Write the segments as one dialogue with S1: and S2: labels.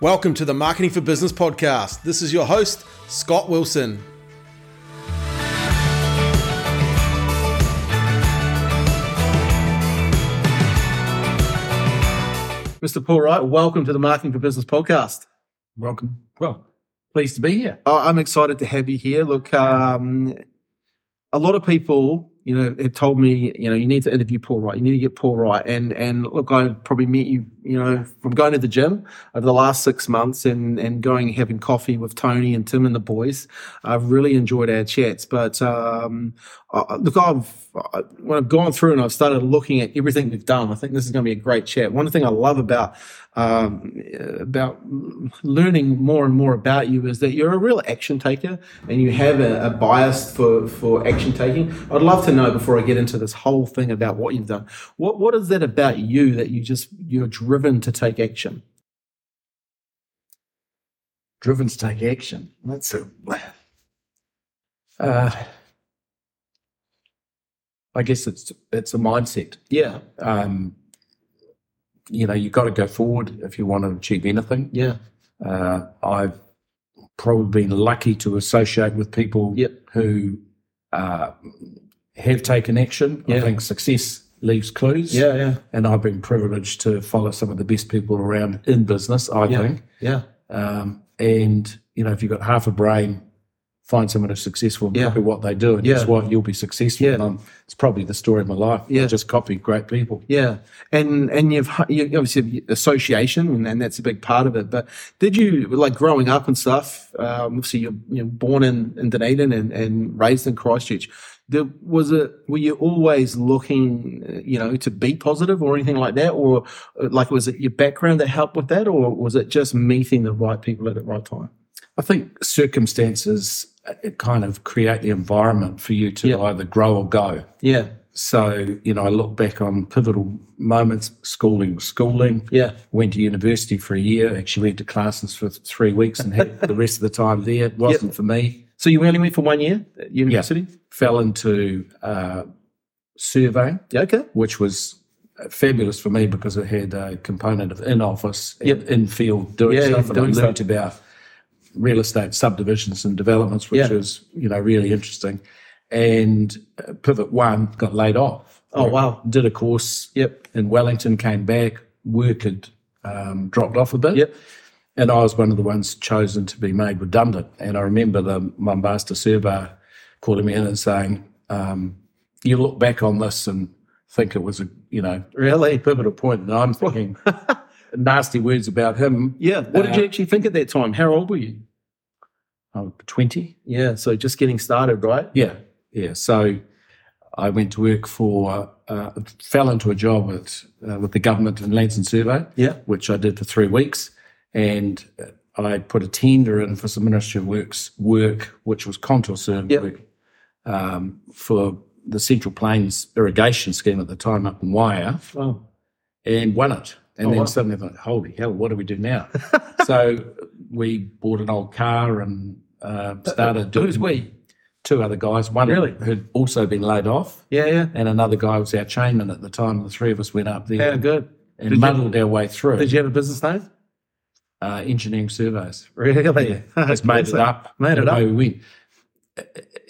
S1: Welcome to the Marketing for Business podcast. This is your host, Scott Wilson. Mr. Paul Wright, welcome to the Marketing for Business podcast.
S2: Welcome. Well, pleased to be here.
S1: Oh, I'm excited to have you here. Look, um, a lot of people, you know, have told me, you know, you need to interview Paul Wright. You need to get Paul Wright. And and look, I probably met you, you know, from going to the gym over the last six months and and going having coffee with Tony and Tim and the boys. I've really enjoyed our chats. But um, I- I- look, I've I, when I've gone through and I've started looking at everything we've done, I think this is going to be a great chat. One thing I love about um, about learning more and more about you is that you're a real action taker and you have a, a bias for, for action taking. I'd love to know before I get into this whole thing about what you've done. What what is that about you that you just you're driven to take action?
S2: Driven to take action. That's a. Uh, I guess it's it's a mindset.
S1: Yeah,
S2: Um, you know, you've got to go forward if you want to achieve anything.
S1: yeah,
S2: Uh, I've probably been lucky to associate with people
S1: Yep.
S2: who uh, have taken action. I
S1: Yeah.
S2: think success leaves clues.
S1: yeah, yeah,
S2: And I've been privileged to follow some of the best people around in business, I
S1: Yeah.
S2: think.
S1: yeah,
S2: Um, and you know, if you've got half a brain, find someone who's successful and
S1: Yeah.
S2: copy what they do, and
S1: Yeah.
S2: guess what? You'll be successful.
S1: Yeah.
S2: And I'm, it's probably the story of my life. I
S1: Yeah.
S2: just copied great people.
S1: yeah. And and you've you obviously have association and, and that's a big part of it. But did you like growing up and stuff? Um, obviously, you're you know, born in, in Dunedin and, and raised in Christchurch. There, was it were you always looking, uh, you know, to be positive or anything like that, or uh, like was it your background that helped with that, or was it just meeting the right people at the right time?
S2: I think circumstances uh, it kind of create the environment for you to
S1: Yeah.
S2: either grow or go.
S1: Yeah,
S2: So you know, I look back on pivotal moments. Schooling, was schooling.
S1: yeah,
S2: Went to university for a year. Actually went to classes for three weeks and had the rest of the time there. It wasn't for me.
S1: So you only went for one year at university.
S2: Fell into uh, surveying.
S1: Yeah, okay.
S2: which was uh, fabulous for me because it had a component of in office,
S1: Yep.
S2: in field doing
S1: Yeah, yeah,
S2: stuff, and
S1: doing
S2: I learned about real estate subdivisions and developments, which
S1: Yeah.
S2: was you know really interesting. And uh, Pivot One got laid off.
S1: Oh wow.
S2: Did a course
S1: Yep.
S2: in Wellington, came back, work had um, dropped off a bit.
S1: Yep.
S2: And I was one of the ones chosen to be made redundant. And I remember the Mombasa surveyor calling me in and saying, um, you look back on this and think it was a, you know,
S1: Really?
S2: pivotal point. And I'm thinking nasty words about him.
S1: Yeah. What did
S2: Uh,
S1: you actually think at that time? How old were you?
S2: I was 20.
S1: Yeah, so just getting started, right?
S2: Yeah. Yeah. So I went to work for, uh, fell into a job with, uh, with the government in Lands and Survey.
S1: Yeah.
S2: which I did for three weeks, and uh, I put a tender in for some Ministry of Works work, which was contour survey
S1: Yep.
S2: work um, for the Central Plains irrigation scheme at the time up in Wire,
S1: Wow.
S2: and won it. And
S1: Oh,
S2: then
S1: wow.
S2: suddenly I thought, holy hell, what do we do now? so we bought an old car and uh, started
S1: Who's
S2: doing
S1: we?
S2: two other guys, one
S1: Really?
S2: who'd also been laid off,
S1: Yeah, yeah.
S2: and another guy was our chainman at the time. The three of us went up there
S1: Yeah, good. Did
S2: and
S1: you-
S2: muddled our way through
S1: Did you have a business name?
S2: uh, engineering surveys.
S1: Really?
S2: It's made it up.
S1: Made it
S2: the
S1: up.
S2: way We went.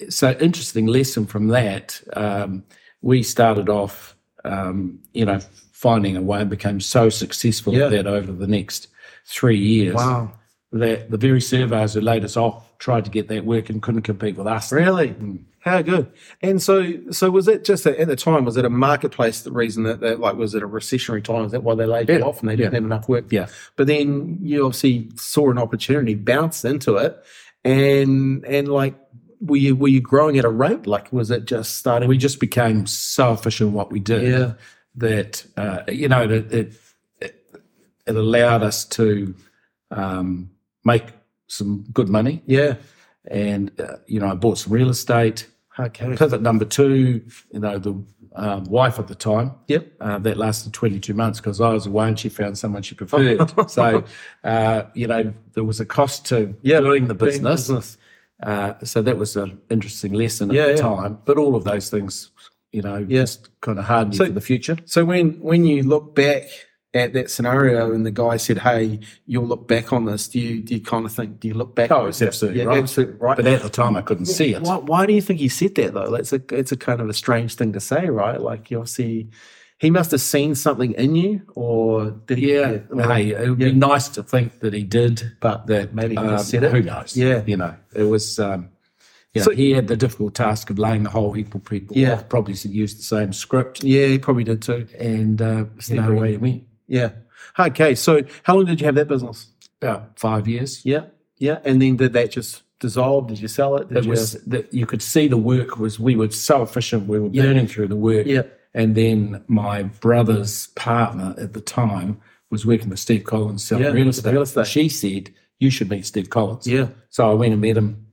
S2: So interesting lesson from that. Um, we started off, um, you know, finding a way and became so successful
S1: Yeah.
S2: at that over the next three years
S1: Wow.
S2: that the very surveyors who laid us off tried to get that work and couldn't compete with us.
S1: Really?
S2: Mm.
S1: How good. And so, so was it just that at the time, was it a marketplace the reason that, that like, was it a recessionary time? Is that why they laid you
S2: Yeah,
S1: off and they didn't
S2: yeah.
S1: have enough work?
S2: Yeah.
S1: But then you obviously saw an opportunity, bounced into it, and, and like, were you, were you growing at a rate? Like, was it just starting?
S2: We just became so efficient in what we did.
S1: yeah.
S2: that uh, you know it, it it allowed us to um, make some good money
S1: Yeah.
S2: and uh, you know I bought some real estate
S1: Okay.
S2: pivot number two you know the um, wife at the time
S1: Yep.
S2: uh, that lasted 22 months because I was away and she found someone she preferred so uh, you know there was a cost to
S1: Yeah,
S2: doing the
S1: Being
S2: business uh, so that was an interesting lesson at
S1: Yeah,
S2: the
S1: yeah.
S2: time but all of those things you know
S1: Yeah.
S2: just kind of hardened you
S1: So-
S2: for the future
S1: So when when you look back at that scenario and the guy said, "Hey, you'll look back on this." Do you do you kind of think? Do you look back?
S2: Oh,
S1: on
S2: it's
S1: that?
S2: absolutely
S1: yeah,
S2: right.
S1: absolutely right.
S2: But at the time, I couldn't see it.
S1: Why, why do you think he said that though? That's a it's a kind of a strange thing to say, right? Like you obviously he must have seen something in you, or did he?
S2: Yeah,
S1: or-
S2: hey, it would
S1: yeah.
S2: be nice to think that he did,
S1: But
S2: that
S1: maybe he
S2: um,
S1: just said it.
S2: Who knows?
S1: Yeah.
S2: you know, it was. Um, you know,
S1: So-
S2: he had the difficult task of laying the whole heap of people
S1: Yeah.
S2: off. Probably used the same script,
S1: yeah, he probably did too.
S2: and uh, you know,
S1: never
S2: away he went.
S1: Yeah. Okay. So how long did you have that business?
S2: About five years.
S1: Yeah. Yeah. And then did that just dissolve? Did you sell it? Did
S2: It
S1: you,
S2: was that you could see the work was we were so efficient. We were burning through the work.
S1: Yeah.
S2: And then my brother's partner at the time was working with Steve Collins selling
S1: Yeah,
S2: real, estate.
S1: real estate.
S2: She said, "You should meet Steve Collins."
S1: Yeah.
S2: So I went and met him,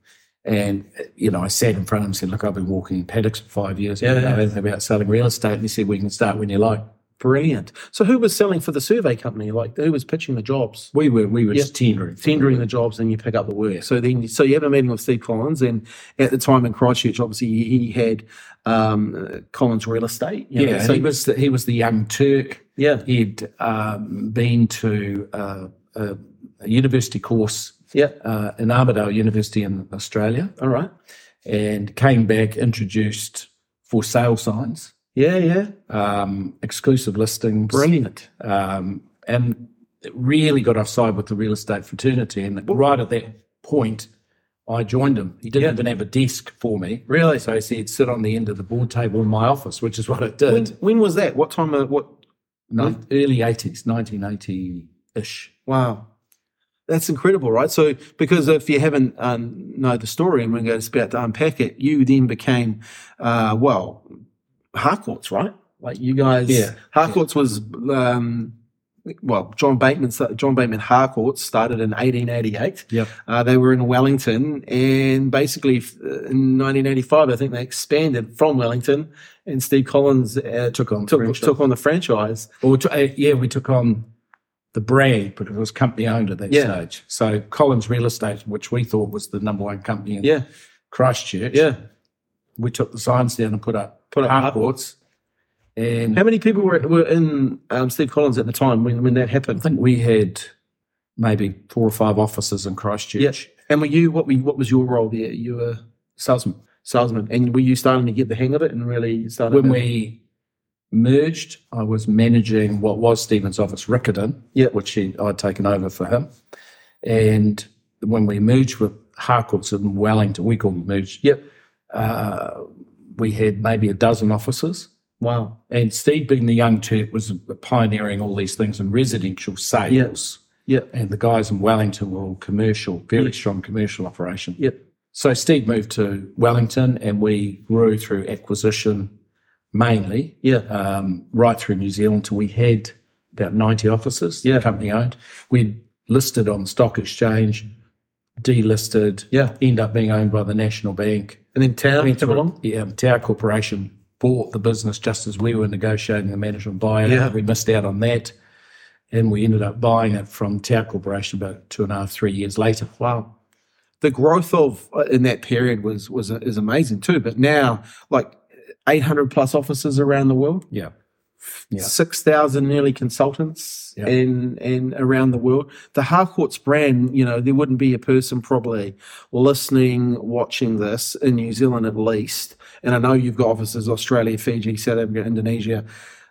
S2: and uh, you know I sat in front of him and said, "Look, I've been walking in paddocks for five years. I
S1: Yeah,
S2: don't know
S1: yeah.
S2: anything about selling real estate." And he said, "We can start when you like."
S1: Brilliant. So who was selling for the survey company? Like who was pitching the jobs?
S2: We were we were just tendering.
S1: Tendering the jobs and you pick up the work. So then, so you have a meeting with Steve Collins, and at the time in Christchurch, obviously he had um, uh, Collins Real Estate. you know,
S2: Yeah, and
S1: so-
S2: he was the, he was the young Turk.
S1: yeah,
S2: He'd um, been to uh, a, a university course
S1: yeah.
S2: uh, in Armidale University in Australia,
S1: All right.
S2: and came back introduced for sale signs,
S1: Yeah, yeah.
S2: um, exclusive listings,
S1: Brilliant.
S2: um, and it really got offside with the real estate fraternity. And right at that point, I joined him. He didn't
S1: Yeah.
S2: even have a desk for me,
S1: Really.
S2: so he said, "Sit on the end of the board table in my office," which is what I
S1: When,
S2: did.
S1: when was that? What time? Of, what?
S2: Ni- early eighties, nineteen eighty ish.
S1: Wow. That's incredible, right? So, because if you haven't um, know the story, and we're going to about to unpack it, you then became, uh, well, Harcourts, right? Like you guys,
S2: Yeah.
S1: Harcourts was, um, well, John Bateman, John Bateman Harcourts started in 1888.
S2: Yep.
S1: Uh, they were in Wellington, and basically f- in 1985, I think they expanded from Wellington, and Steve Collins uh, took
S2: Took on
S1: took,
S2: franchise.
S1: took on the franchise.
S2: Well, we took- uh, yeah, we took on the brand, but it was company owned at that
S1: Yeah.
S2: stage. So Collins Real Estate, which we thought was the number one company in
S1: Yeah,
S2: Christchurch,
S1: yeah.
S2: we took the signs down and put up
S1: Put up
S2: Harcourts. And
S1: How many people were were in um, Steve Collins at the time when, when that
S2: I
S1: happened?
S2: think we had maybe four or five offices in Christchurch.
S1: And were you what? Were, what was your role there? You were
S2: Salesman.
S1: salesman, and were you starting to get the hang of it and really starting?
S2: When
S1: to-
S2: we merged, I was managing what was Stephen's office, Rickerton,
S1: Yeah.
S2: which he, I'd taken over for him. And when we merged with Harcourts in Wellington, we called it merged.
S1: Yep.
S2: uh, we had maybe a dozen offices.
S1: Wow.
S2: And Steve, being the young Turk, was pioneering all these things in residential sales.
S1: Yep.
S2: And the guys in Wellington were all commercial, very strong commercial operation.
S1: Yep.
S2: So Steve moved to Wellington and we grew through acquisition mainly,
S1: Yeah.
S2: um, right through New Zealand till we had about 90 offices,
S1: Yeah.
S2: company owned. We listed on the stock exchange, delisted,
S1: Yeah.
S2: end up being owned by the National Bank.
S1: And then Town came along.
S2: Yeah, um, Tower Corporation bought the business just as we were negotiating the management buyout.
S1: Yeah.
S2: We missed out on that. And we ended up buying it from Tower Corporation about two and a half, three years later.
S1: Wow. The growth of uh, in that period was was is amazing too. But now, like, eight hundred plus offices around the world.
S2: Yeah. Yeah.
S1: six thousand nearly consultants
S2: Yeah.
S1: and and around the world. The Harcourts brand, you know, there wouldn't be a person probably listening, watching this in New Zealand at least. And I know you've got offices Australia, Fiji, South Africa, Indonesia,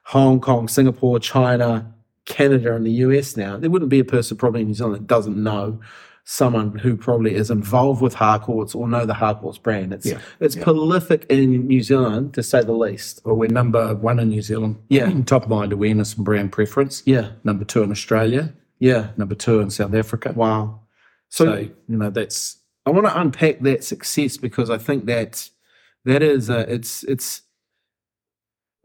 S1: Hong Kong, Singapore, China, Canada, and the US now. There wouldn't be a person probably in New Zealand that doesn't know someone who probably is involved with Harcourts or know the Harcourts brand. It's
S2: Yeah.
S1: it's prolific in New Zealand to say the least.
S2: Well, we're number one in New Zealand.
S1: Yeah.
S2: Top mind awareness and brand preference.
S1: Yeah.
S2: Number two in Australia.
S1: Yeah.
S2: Number two in South Africa.
S1: Wow.
S2: So,
S1: so
S2: you know, that's
S1: I want to unpack that success because I think that that is a, it's it's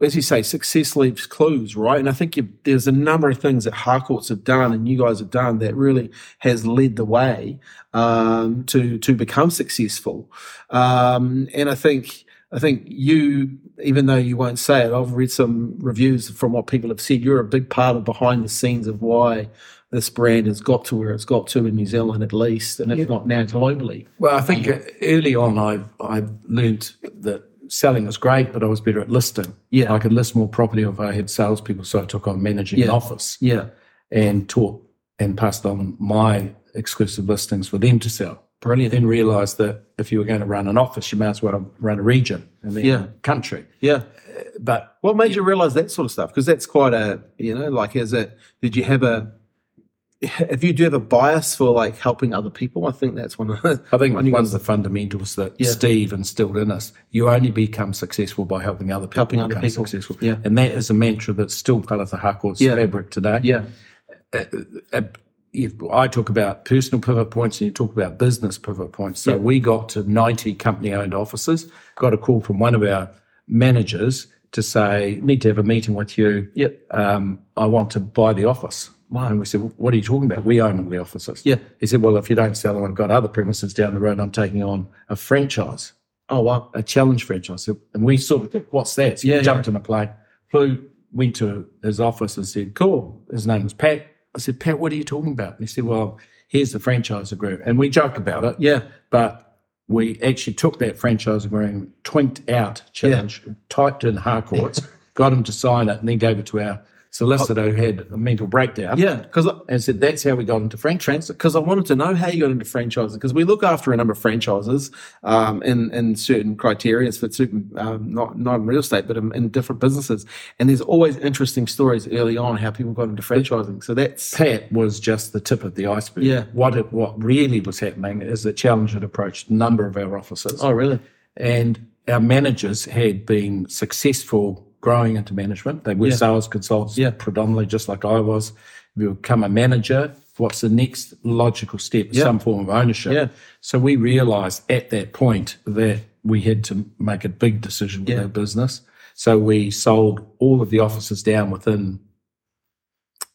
S1: as you say, success leaves clues, right? And I think you, there's a number of things that Harcourts have done and you guys have done that really has led the way um, to to become successful. Um, and I think I think you, even though you won't say it, I've read some reviews from what people have said. You're a big part of behind the scenes of why this brand has got to where it's got to in New Zealand, at least, and if not now globally.
S2: Well, I think uh, early on, I I learned that selling was great, but I was better at listing.
S1: Yeah.
S2: I could list more property if I had salespeople, so I took on managing an
S1: Yeah.
S2: office
S1: Yeah.
S2: and taught and passed on my exclusive listings for them to sell.
S1: Brilliant.
S2: Then realised that if you were going to run an office, you might as well run a region and then
S1: Yeah.
S2: country.
S1: Yeah.
S2: But
S1: What made you realize that sort of stuff? Because that's quite a, you know, like, is it, did you have a, if you do have a bias for like helping other people, I think that's one of the,
S2: I think
S1: you
S2: one of the fundamentals that
S1: Yeah.
S2: Steve instilled in us, you only become successful by helping other people
S1: Helping other
S2: become
S1: people.
S2: successful.
S1: Yeah.
S2: And that is a mantra that's still part of the Harcourt's
S1: Yeah.
S2: fabric today.
S1: yeah.
S2: If I talk about personal pivot points and you talk about business pivot points. So
S1: Yeah.
S2: we got to 90 company owned offices, got a call from one of our managers to say, need to have a meeting with you.
S1: Yep.
S2: Um, I want to buy the office. And we said, "Well, what are you talking about? We own all the offices.
S1: Yeah.
S2: He said, well, if you don't sell them, I've got other premises down the road. I'm taking on a franchise,
S1: Oh, wow.
S2: a challenge franchise. And we sort of, think, what's that? So we
S1: Yeah,
S2: jumped in a plane, flew, went to his office and said, cool. His name was Pat. I said, Pat, what are you talking about? And he said, well, here's the franchise agreement. And we joked about it,
S1: Yeah.
S2: but we actually took that franchise agreement, twinked out challenge, typed in Harcourt's, got him to sign it, and then gave it to our solicitor who had a mental breakdown.
S1: Oh. Yeah. Because
S2: And said, that's how we got into franchise.
S1: because I wanted to know how you got into franchising because we look after a number of franchises um, in in certain criteria for certain um, not not in real estate but in, in different businesses and there's always interesting stories early on how people got into franchising so that's
S2: Pat was just the tip of the iceberg.
S1: Yeah.
S2: What it, what really was happening is that Challenge had approached a number of our offices,
S1: oh really
S2: and our managers had been successful growing into management. They were
S1: Yeah.
S2: sales consultants,
S1: Yeah.
S2: predominantly, just like I was. You become a manager. What's the next logical step? Some form of ownership.
S1: Yeah.
S2: So we realised at that point that we had to make a big decision with our business. So we sold all of the offices down within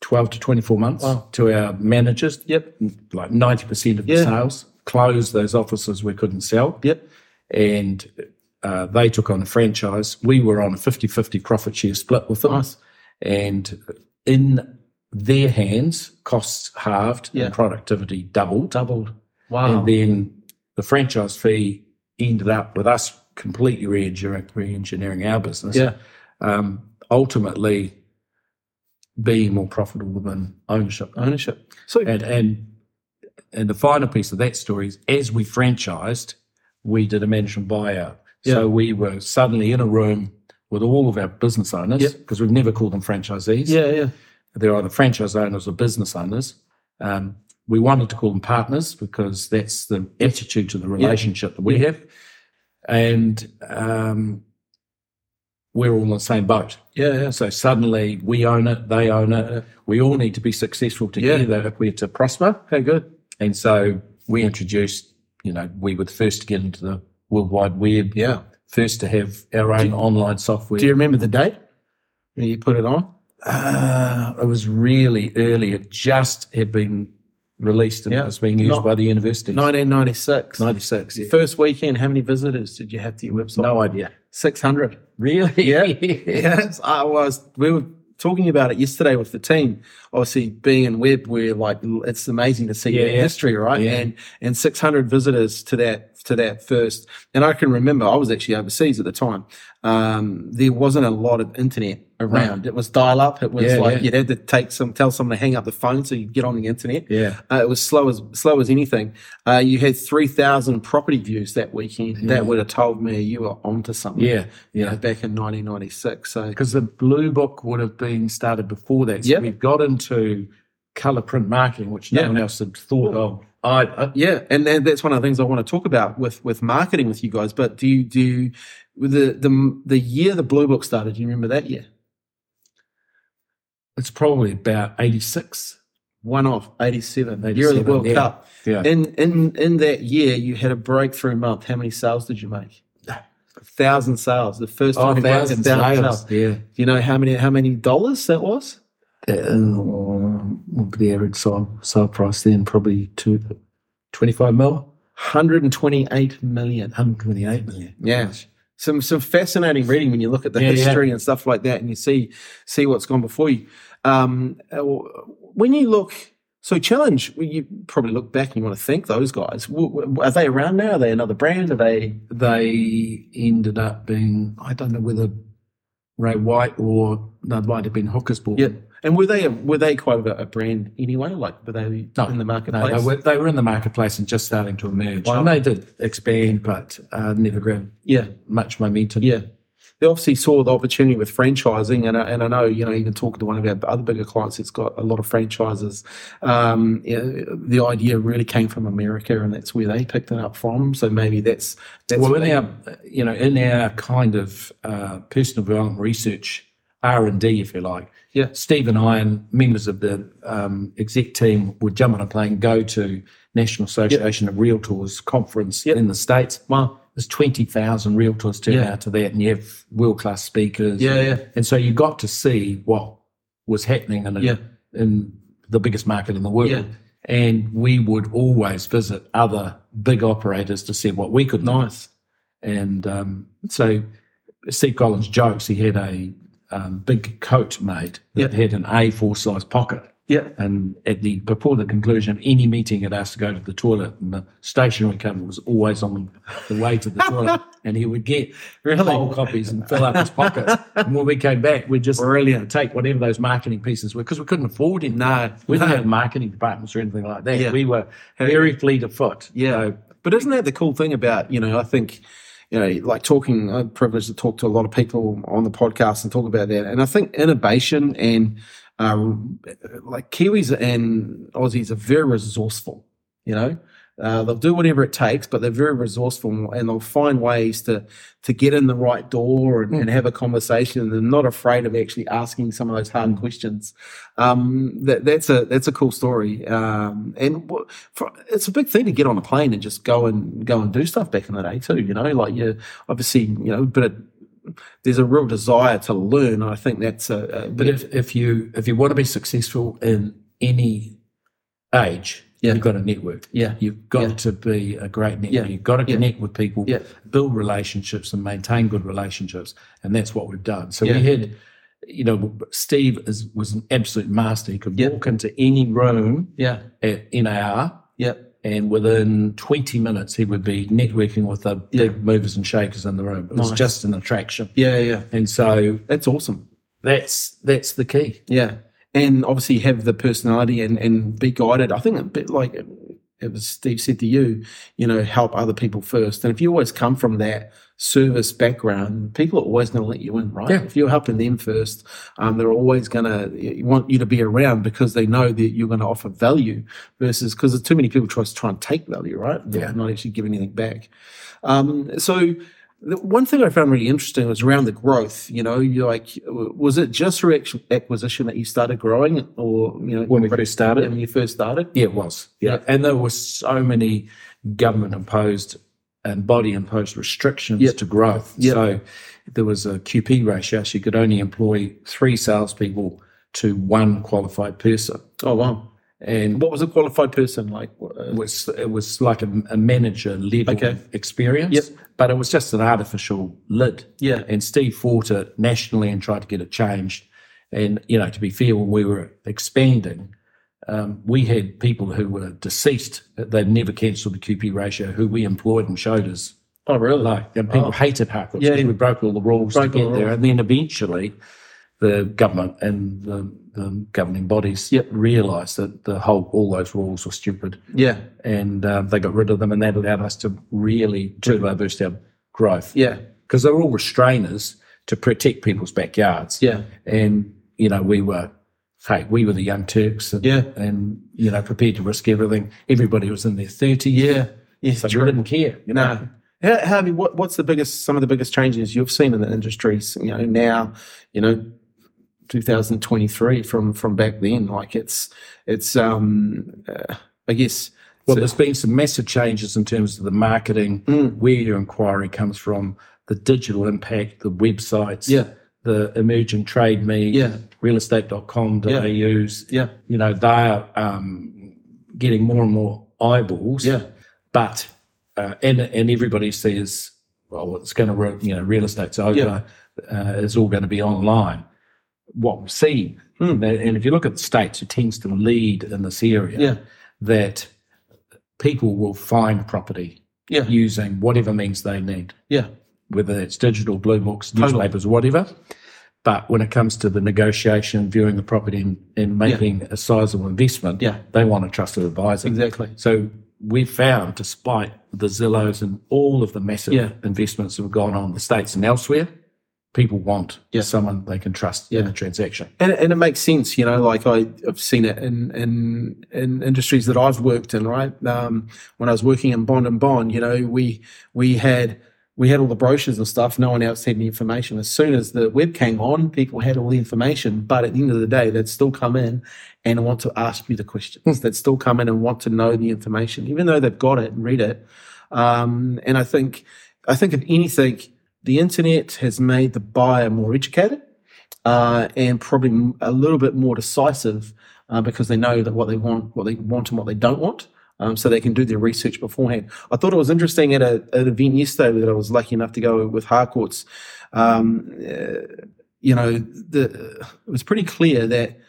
S2: 12 to 24 months to our managers.
S1: Yep.
S2: Like 90% of the
S1: Yeah.
S2: sales. Closed those offices we couldn't sell.
S1: yep
S2: And uh, they took on a franchise. We were on a 50 50 profit share split with them.
S1: Nice.
S2: And in their hands, costs halved
S1: Yeah.
S2: and productivity doubled. Doubled.
S1: wow
S2: And then the franchise fee ended up with us completely re engineering our business
S1: yeah
S2: um, ultimately be more profitable than ownership.
S1: ownership so
S2: And and and the final piece of that story is as we franchised, we did a management buyout.
S1: Yeah.
S2: So we were suddenly in a room with all of our business owners
S1: Yep.
S2: because we've never called them franchisees.
S1: yeah yeah
S2: They're either franchise owners or business owners. Um, we wanted to call them partners because that's the attitude to the relationship that we have. And um, we're all in the same boat.
S1: yeah yeah
S2: So suddenly we own it, they own it. We all need to be successful together if we're to prosper.
S1: okay good
S2: And so we introduced, you know, we were the first to get into the World Wide Web,
S1: yeah
S2: first to have our own online software.
S1: do you remember the date when you put it on
S2: uh, it was really early. It just had been released and
S1: Yeah.
S2: it was being used
S1: Not-
S2: by the universities.
S1: 1996
S2: 96, yeah.
S1: first weekend how many visitors did you have to your website
S2: No idea.
S1: 600
S2: Really? Yeah.
S1: Yes, I was. We were talking about it yesterday with the team. Obviously, being in web, we're like, it's amazing to see
S2: Yeah,
S1: the
S2: yeah.
S1: history, right?
S2: Yeah.
S1: And and 600 visitors to that to that first. And I can remember, I was actually overseas at the time. Um, there wasn't a lot of internet around. It was dial up. It was
S2: Yeah,
S1: like
S2: yeah.
S1: you'd have to take some, tell someone to hang up the phone so you would get on the internet.
S2: Yeah.
S1: Uh, it was slow as slow as anything. Uh, you had three thousand property views that weekend. That would have told me you were onto something
S2: Yeah.
S1: you know, back in 1996. So
S2: because the blue book would have been started before that. So
S1: Yep.
S2: we've got into colour print marketing, which no
S1: Yeah.
S2: one else had thought of either.
S1: yeah, and then that's one of the things I want to talk about with with marketing with you guys. But do you do you, with the the the year the blue book started? Do you remember that year?
S2: It's probably about 86.
S1: One off 87, year of the
S2: 87,
S1: World
S2: yeah.
S1: Cup.
S2: Yeah.
S1: In in in that year, you had a breakthrough month. How many sales did you make? A thousand sales. The first
S2: Oh,
S1: time you broke a
S2: Yeah.
S1: Do you know how many how many dollars that was?
S2: Um, the Uh, average sale, sale price then probably two, 25 mil,
S1: 128 million.
S2: 128 million.
S1: Yeah. Some some fascinating reading when you look at the
S2: Yeah, yeah.
S1: history and stuff like that, and you see see what's gone before you. Um, uh, when you look, So challenge. well, You probably look back and you want to thank those guys. W- w- Are they around now? Are they another brand? Are they?
S2: They ended up being, I don't know whether Ray White or that might have been Hooker's ball.
S1: Yeah. And were they were they quite a, a brand anyway? Like were they
S2: No,
S1: in the marketplace?
S2: No, they, were, they were in the marketplace and just starting to emerge.
S1: Wow.
S2: And they did expand, but uh, never grabbed
S1: yeah,
S2: much momentum.
S1: yeah. They obviously saw the opportunity with franchising, and I, and I know you know even talking to one of our other bigger clients that's got a lot of franchises. Um, yeah, the idea really came from America, and that's where they picked it up from. So maybe that's that's
S2: well, in our, you know, in our kind of uh, personal development research R and D, if you like,
S1: Yeah.
S2: Steve and I and members of the um, exec team would jump on a plane, go to National Association of Realtors conference
S1: Yep.
S2: in the states.
S1: wow,
S2: There's twenty thousand realtors turned
S1: Yeah.
S2: out to that, and you have world class speakers.
S1: yeah, yeah,
S2: And so you got to see what was happening in, a-
S1: Yeah.
S2: in the biggest market in the world.
S1: Yeah.
S2: And we would always visit other big operators to see what we could do.
S1: nice,
S2: And um, so Steve Collins jokes he had a um, big coat made that had an A4 size pocket.
S1: yeah,
S2: And at the before the conclusion of any meeting, it asked to go to the toilet, and the stationery cover was always on the way to the toilet. And he would get
S1: Really?
S2: whole copies and fill up his pockets. and when we came back, we'd just
S1: brilliant.
S2: take whatever those marketing pieces were because we couldn't afford it.
S1: No,
S2: We
S1: no.
S2: didn't have marketing departments or anything like that.
S1: Yeah.
S2: We were very fleet of foot.
S1: Yeah. But isn't that the cool thing about, you know, I think, you know, like talking, I'm privileged to talk to a lot of people on the podcast and talk about that. And I think innovation and um, like Kiwis and Aussies are very resourceful, you know. Uh, they'll do whatever it takes, but they're very resourceful and they'll find ways to to get in the right door and, and have a conversation. They're not afraid of actually asking some of those hard questions. Um, that, that's a that's a cool story. Um, and wha- for, it's a big thing to get on a plane and just go and go and do stuff back in the day too. You know, like you obviously you know, but it, there's a real desire to learn. and I think that's a, a
S2: But if, if you if you want to be successful in any age,
S1: Yeah.
S2: you've got to network.
S1: yeah
S2: You've got
S1: Yeah.
S2: to be a great network.
S1: Yeah.
S2: You've got to
S1: Yeah.
S2: connect with people,
S1: Yeah.
S2: build relationships, and maintain good relationships. And that's what we've done. So
S1: Yeah.
S2: we had, you know, Steve is, was an absolute master. He could
S1: Yeah.
S2: walk into any room
S1: yeah
S2: at NAR,
S1: yeah
S2: and within 20 minutes, he would be networking with the
S1: Yeah.
S2: big movers and shakers in the room. It was
S1: Nice.
S2: just an attraction.
S1: yeah yeah.
S2: And so
S1: That's awesome.
S2: that's that's the key.
S1: Yeah. And obviously have the personality and, and be guided. I think a bit like it was Steve said to you, you know, help other people first. And if you always come from that service background, people are always going to let you in, right?
S2: Yeah.
S1: If you're helping them first, um, they're always going to want you to be around because they know that you're going to offer value versus because too many people try to try and take value, right?
S2: Yeah.
S1: Not actually give anything back. Um, so, the one thing I found really interesting was around the growth. You know, you like, was it just through ac- acquisition that you started growing, or you know,
S2: When we first started,
S1: when you first started?
S2: Yeah, it was. Yeah.
S1: Yeah.
S2: And there were so many government imposed and body imposed restrictions
S1: Yeah.
S2: to growth.
S1: Yeah.
S2: So there was a QP ratio. So you could only employ three salespeople to one qualified person.
S1: Oh wow!
S2: And
S1: What was a qualified person like? What, uh,
S2: it was it was like a, a manager level
S1: Okay.
S2: of experience,
S1: Yep.
S2: but it was just an artificial lid.
S1: Yeah.
S2: And Steve fought it nationally and tried to get it changed. And you know, to be fair, when we were expanding, um, we had people who were deceased; they'd never cancelled the QP ratio, who we employed and showed us
S1: Oh really?
S2: low. And people
S1: Oh.
S2: hated Harcourt.
S1: Yeah,
S2: Yeah, we broke all the rules to
S1: Broke all
S2: get
S1: the
S2: there.
S1: rules.
S2: And then eventually the government and the, the governing bodies
S1: Yep.
S2: realised that the whole all those rules were stupid
S1: Yeah,
S2: and uh, they got rid of them and that allowed us to really turbo-boost our growth.
S1: yeah,
S2: Because they were all restrainers to protect people's backyards.
S1: yeah,
S2: And, you know, we were, hey, we were the young Turks and,
S1: Yeah.
S2: and you know, prepared to risk everything. Everybody was in their 30s.
S1: yeah. Yes,
S2: So we didn't care, you know.
S1: No. How, how have you- what, what's the biggest, some of the biggest changes you've seen in the industry, you know, now, you know, 2023 from, from back then? Like it's, it's, um, uh, I guess,
S2: Well,
S1: So- Hmm.
S2: there's been some massive changes in terms of the marketing, where your inquiry comes from, the digital impact, the websites,
S1: Yeah.
S2: the emerging trade me,
S1: Yeah.
S2: realestate.com,
S1: Yeah.
S2: AUs,
S1: yeah,
S2: you know, they are um, getting more and more eyeballs.
S1: Yeah.
S2: But, uh, and, and everybody says, well, it's going to, you know, real estate's over.
S1: Yeah.
S2: Uh, it's all going to be online. what we've seen.
S1: Hmm.
S2: That- And if you look at the states, it tends to lead in this area
S1: Yeah.
S2: that people will find property
S1: Yeah.
S2: using whatever means they need,
S1: Yeah.
S2: whether it's digital, blue books,
S1: Totally.
S2: newspapers, whatever. But when it comes to the negotiation, viewing the property and, and making a sizable investment,
S1: Yeah.
S2: they want a trusted advisor.
S1: Exactly.
S2: So we found, despite the Zillows and all of the massive
S1: Yeah.
S2: investments that have gone on in the States and elsewhere, people want
S1: Yeah.
S2: someone they can trust in
S1: Yeah.
S2: a transaction.
S1: and, and it makes sense, you know. Like I, I've seen it in, in in industries that I've worked in. Right, um, when I was working in Bond and Bond, you know, we we had we had all the brochures and stuff. No one else had any information. As soon as the web came on, people had all the information. But at the end of the day, they'd still come in and want to ask me the questions. they'd still come in and want to know the information, even though they've got it and read it. Um, and I think I think if anything, the internet has made the buyer more educated uh, and probably m- a little bit more decisive uh, because they know that what they want, what they want, and what they don't want. Um, so they can do their research beforehand. I thought it was interesting at a, an event yesterday that I was lucky enough to go with Harcourts. Um, uh, you know, the, it was pretty clear that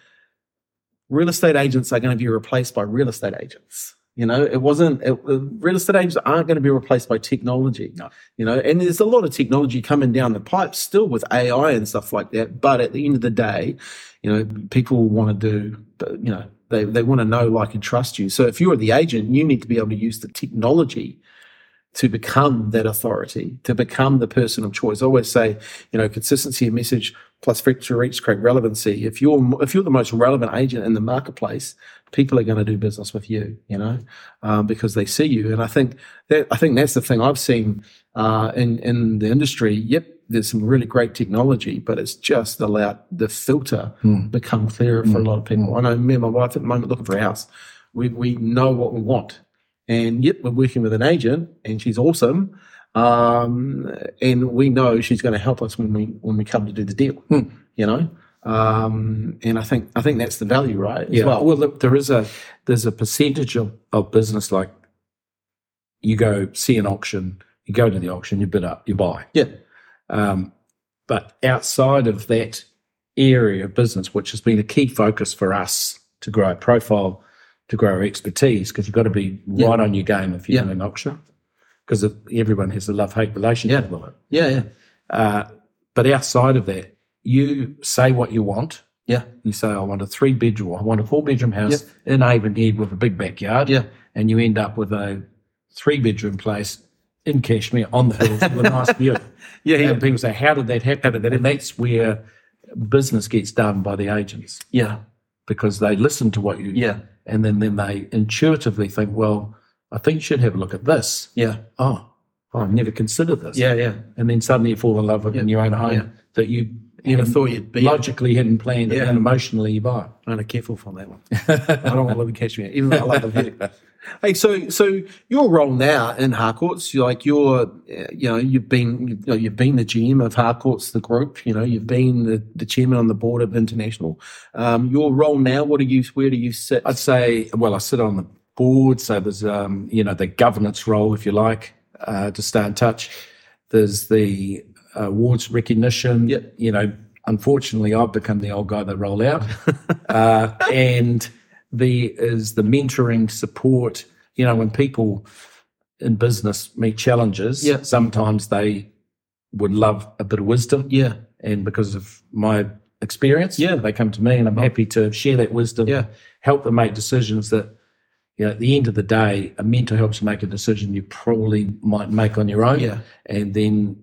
S1: real estate agents are going to be replaced by real estate agents. You know, it wasn't. It, uh, real estate agents aren't going to be replaced by technology.
S2: No.
S1: You know, and there's a lot of technology coming down the pipe still with AI and stuff like that. But at the end of the day, you know, people want to do. You know, they they want to know, like, and trust you. So if you're the agent, you need to be able to use the technology to become that authority, to become the person of choice. I always say, you know, consistency of message plus feature reach create relevancy. If you're if you're the most relevant agent in the marketplace, people are going to do business with you, you know, um, because they see you. And I think that I think that's the thing I've seen uh, in in the industry. Yep, there's some really great technology, but it's just allowed the filter
S2: Hmm.
S1: become clearer for a lot of people. I know me and my wife at the moment looking for a house. We we know what we want, and yep, we're working with an agent, and she's awesome. Um, and we know she's going to help us when we when we come to do the deal.
S2: Hmm.
S1: You know, um, and I think I think that's the value, right? as
S2: Yeah.
S1: well.
S2: Well, look, there is a there's a percentage of, of business like you go see an auction, you go to the auction, you bid up, you buy.
S1: Yeah.
S2: Um, but outside of that area of business, which has been a key focus for us to grow our profile, to grow our expertise, because you've got to be
S1: Yeah.
S2: right on your game if you're
S1: Yeah.
S2: doing an auction, because everyone has a love hate relationship with it.
S1: Yeah, yeah,
S2: Uh, but outside of that, you say what you want.
S1: yeah,
S2: You say, I want a three bedroom, I want a four bedroom house in Avonhead with a big backyard.
S1: Yeah.
S2: And you end up with a three bedroom place in Kashmir on the hills with a nice view.
S1: yeah, yeah,
S2: And people say, How did that happen? And that's where business gets done by the agents
S1: yeah,
S2: because they listen to what you
S1: yeah,
S2: and then, then they intuitively think, Well, I think you should have a look at this.
S1: yeah,
S2: Oh, oh, I've never considered this.
S1: yeah, yeah.
S2: And then suddenly you fall in love with it in your own home
S1: Yeah.
S2: that you
S1: Never
S2: hadn't-
S1: thought you'd be
S2: logically hadn't planned
S1: Yeah.
S2: and then emotionally you buy.
S1: kind of careful from that one. I don't want to live in Kashmir, even though I love the view. Hey, so so your role now in Harcourts, you're like you're, uh, you know, you've been you know, you've been the GM of Harcourts, the group. You know, you've been the, the chairman on the board of International. Um, your role now, what do you? Where do you sit?
S2: I'd say, well, I sit on the board, so there's, um, you know, the governance role, if you like, uh, to stay in touch. There's the awards recognition.
S1: Yep.
S2: You know, unfortunately, I've become the old guy that roll out. uh, and the is the mentoring support. You know, when people in business meet challenges,
S1: Yep.
S2: sometimes they would love a bit of wisdom.
S1: yeah,
S2: and because of my experience,
S1: Yeah.
S2: they come to me, and I'm happy to share that wisdom.
S1: Yeah.
S2: help them make decisions that, you know, at the end of the day, a mentor helps you make a decision you probably might make on your own.
S1: yeah,
S2: and then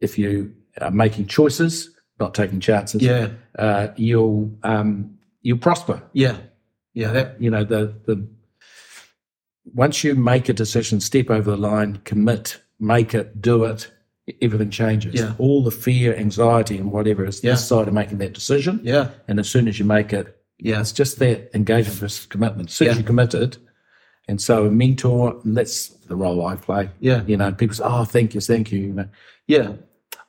S2: if you are making choices, not taking chances,
S1: yeah,
S2: uh, you'll um, you'll prosper.
S1: yeah, yeah. That
S2: You know, the the once you make a decision, step over the line, commit, make it, do it, everything changes.
S1: Yeah.
S2: All the fear, anxiety, and whatever is
S1: Yeah.
S2: this side of making that decision.
S1: yeah,
S2: And as soon as you make it,
S1: yeah,
S2: it's just that engagement versus commitment. As soon as
S1: Yeah.
S2: you committed, and so a mentor, and that's the role I play.
S1: yeah,
S2: You know, people say, "Oh, thank you, thank you." you know.
S1: yeah.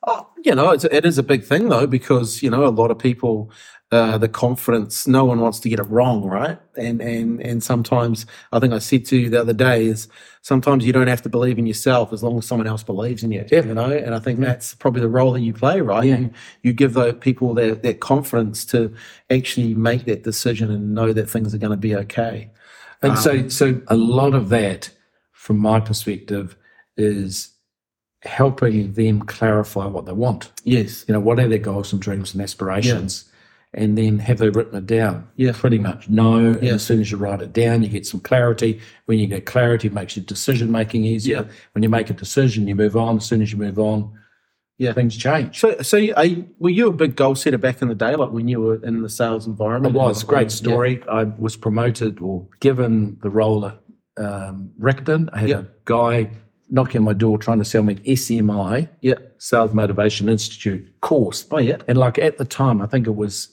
S1: Oh, you know, it's, it is a big thing though because you know a lot of people, uh, the confidence. No one wants to get it wrong, right? And and and sometimes I think I said to you the other day is sometimes you don't have to believe in yourself as long as someone else believes in you. You know, and I think that's probably the role that you play, right? You you give those people that that confidence to actually make that decision and know that things are going to be okay.
S2: And
S1: Ah.
S2: so, so a lot of that, from my perspective, is helping them clarify what they want.
S1: Yes.
S2: You know, what are their goals and dreams and aspirations? And then have they written it down?
S1: Yeah.
S2: Pretty much no. And
S1: Yeah.
S2: as soon as you write it down, you get some clarity. When you get clarity, it makes your decision making easier.
S1: Yeah.
S2: When you make a decision, you move on. As soon as you move on,
S1: Yeah.
S2: things change.
S1: So, so you, are you- were you a big goal setter back in the day, like when you were in the sales environment?
S2: It was a great
S1: Yeah.
S2: story. I was promoted or given the role at um, Rickerton. I had
S1: Yeah.
S2: a guy knocking on my door trying to sell me an SMI,
S1: Yeah.
S2: Sales Motivation Institute course.
S1: Oh, yeah.
S2: And like at the time, I think it was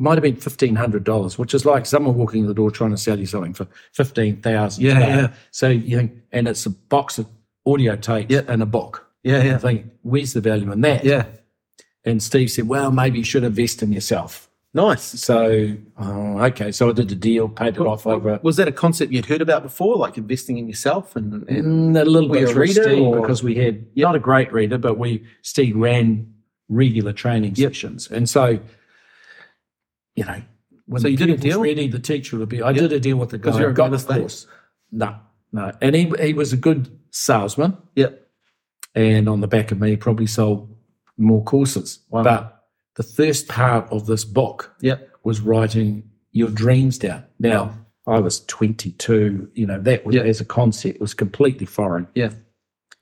S2: might have been fifteen hundred dollars, which is like someone walking in the door trying to sell you something for fifteen thousand.
S1: Yeah, yeah.
S2: So you think, and it's a box of audio tapes
S1: Yeah.
S2: and a book.
S1: Yeah.
S2: I
S1: Yeah.
S2: think, where's the value in that?
S1: Yeah.
S2: And Steve said, well, maybe you should invest in yourself.
S1: Nice.
S2: So, oh, okay. So I did the deal, paid it off over
S1: Was that a concept you'd heard about before, like investing in yourself? And, and
S2: Mm, a little
S1: Were
S2: bit
S1: you a
S2: through
S1: reader
S2: Steve
S1: or-
S2: because we had not a great reader, but we Steve ran regular training sessions, and so you know when
S1: So
S2: the
S1: you did a
S2: pupil's
S1: deal?
S2: Ready, the teacher would be. I did a deal with the guy.
S1: 'Cause you're a
S2: got
S1: real
S2: the
S1: estate.
S2: course. No, no, and he he was a good salesman,
S1: yeah.
S2: and on the back of me, probably sold more courses.
S1: Wow.
S2: But the first part of this book
S1: Yeah.
S2: was writing your dreams down. Now, I was 22, you know, that was,
S1: Yeah.
S2: as a concept was completely foreign.
S1: Yeah.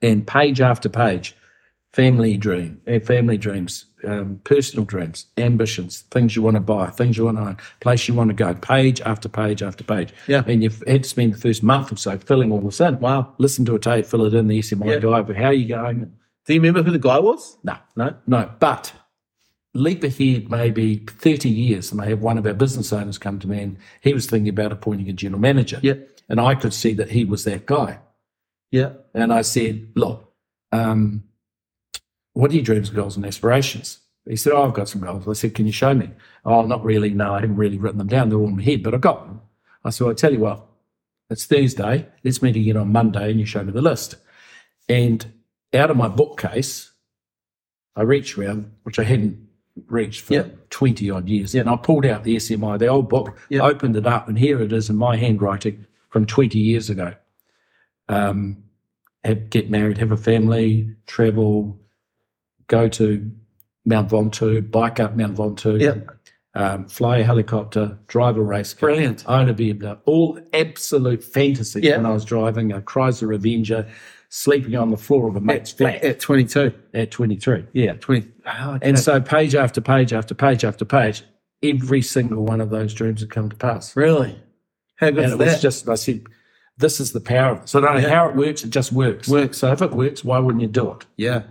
S2: And page after page, family dream, eh, family dreams, um, personal dreams, ambitions, things you want to buy, things you want to own, place you want to go, page after page after page.
S1: Yeah.
S2: And you've had to spend the first month or so filling all this in.
S1: Wow.
S2: Listen to a tape, fill it in, the SMI
S1: Yeah.
S2: guy, but how are you going?
S1: Do you remember who the guy was?
S2: No,
S1: No.
S2: no, but leap ahead maybe 30 years, and I have one of our business owners come to me and he was thinking about appointing a general manager.
S1: Yeah.
S2: And I could see that he was that guy.
S1: Yeah.
S2: And I said, Look, um, what are your dreams, goals, and aspirations? He said, Oh, I've got some goals. I said, Can you show me? Oh, not really. No, I haven't really written them down. They're all in my head, but I've got them. I said, well, I tell you what, it's Thursday. Let's meet again on Monday and you show me the list. And out of my bookcase, I reached around, which I hadn't reached for
S1: Yeah.
S2: 20 odd years. And I pulled out the SMI, the old book,
S1: Yeah.
S2: opened it up, and here it is in my handwriting from 20 years ago. Um, have, get married, have a family, travel, go to Mount Vontu, bike up Mount Vontu,
S1: Yeah.
S2: um, fly a helicopter, drive a race car,
S1: Brilliant.
S2: own a BMW. All absolute fantasies
S1: Yeah.
S2: when I was driving a Chrysler Avenger, sleeping on the floor of a mate's flat
S1: At 22.
S2: at 23. Yeah.
S1: 20. Oh, okay.
S2: And so page after page after page after page, every single one of those dreams had come to pass.
S1: really? How good
S2: And
S1: is
S2: it
S1: that?
S2: was just, I said, this is the power of it. So I don't know how it works, it just works.
S1: Works.
S2: So if it works, why wouldn't you do it?
S1: yeah.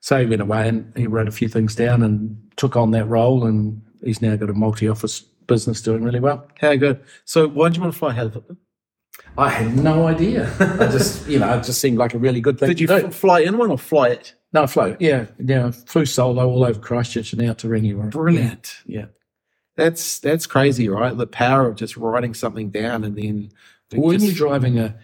S2: So he went away and he wrote a few things down and took on that role, and he's now got a multi-office business doing really well.
S1: How good. So why do you want to fly a helicopter?
S2: I had no idea. I just, you know, it just seemed like a really good thing.
S1: Did you
S2: to do.
S1: f- fly in one or fly it?
S2: No, I flew. Yeah, yeah, I flew solo all over Christchurch and out to Rangiora.
S1: Brilliant.
S2: Yeah.
S1: That's that's crazy, right? The power of just writing something down and then it
S2: When
S1: just-
S2: you're driving a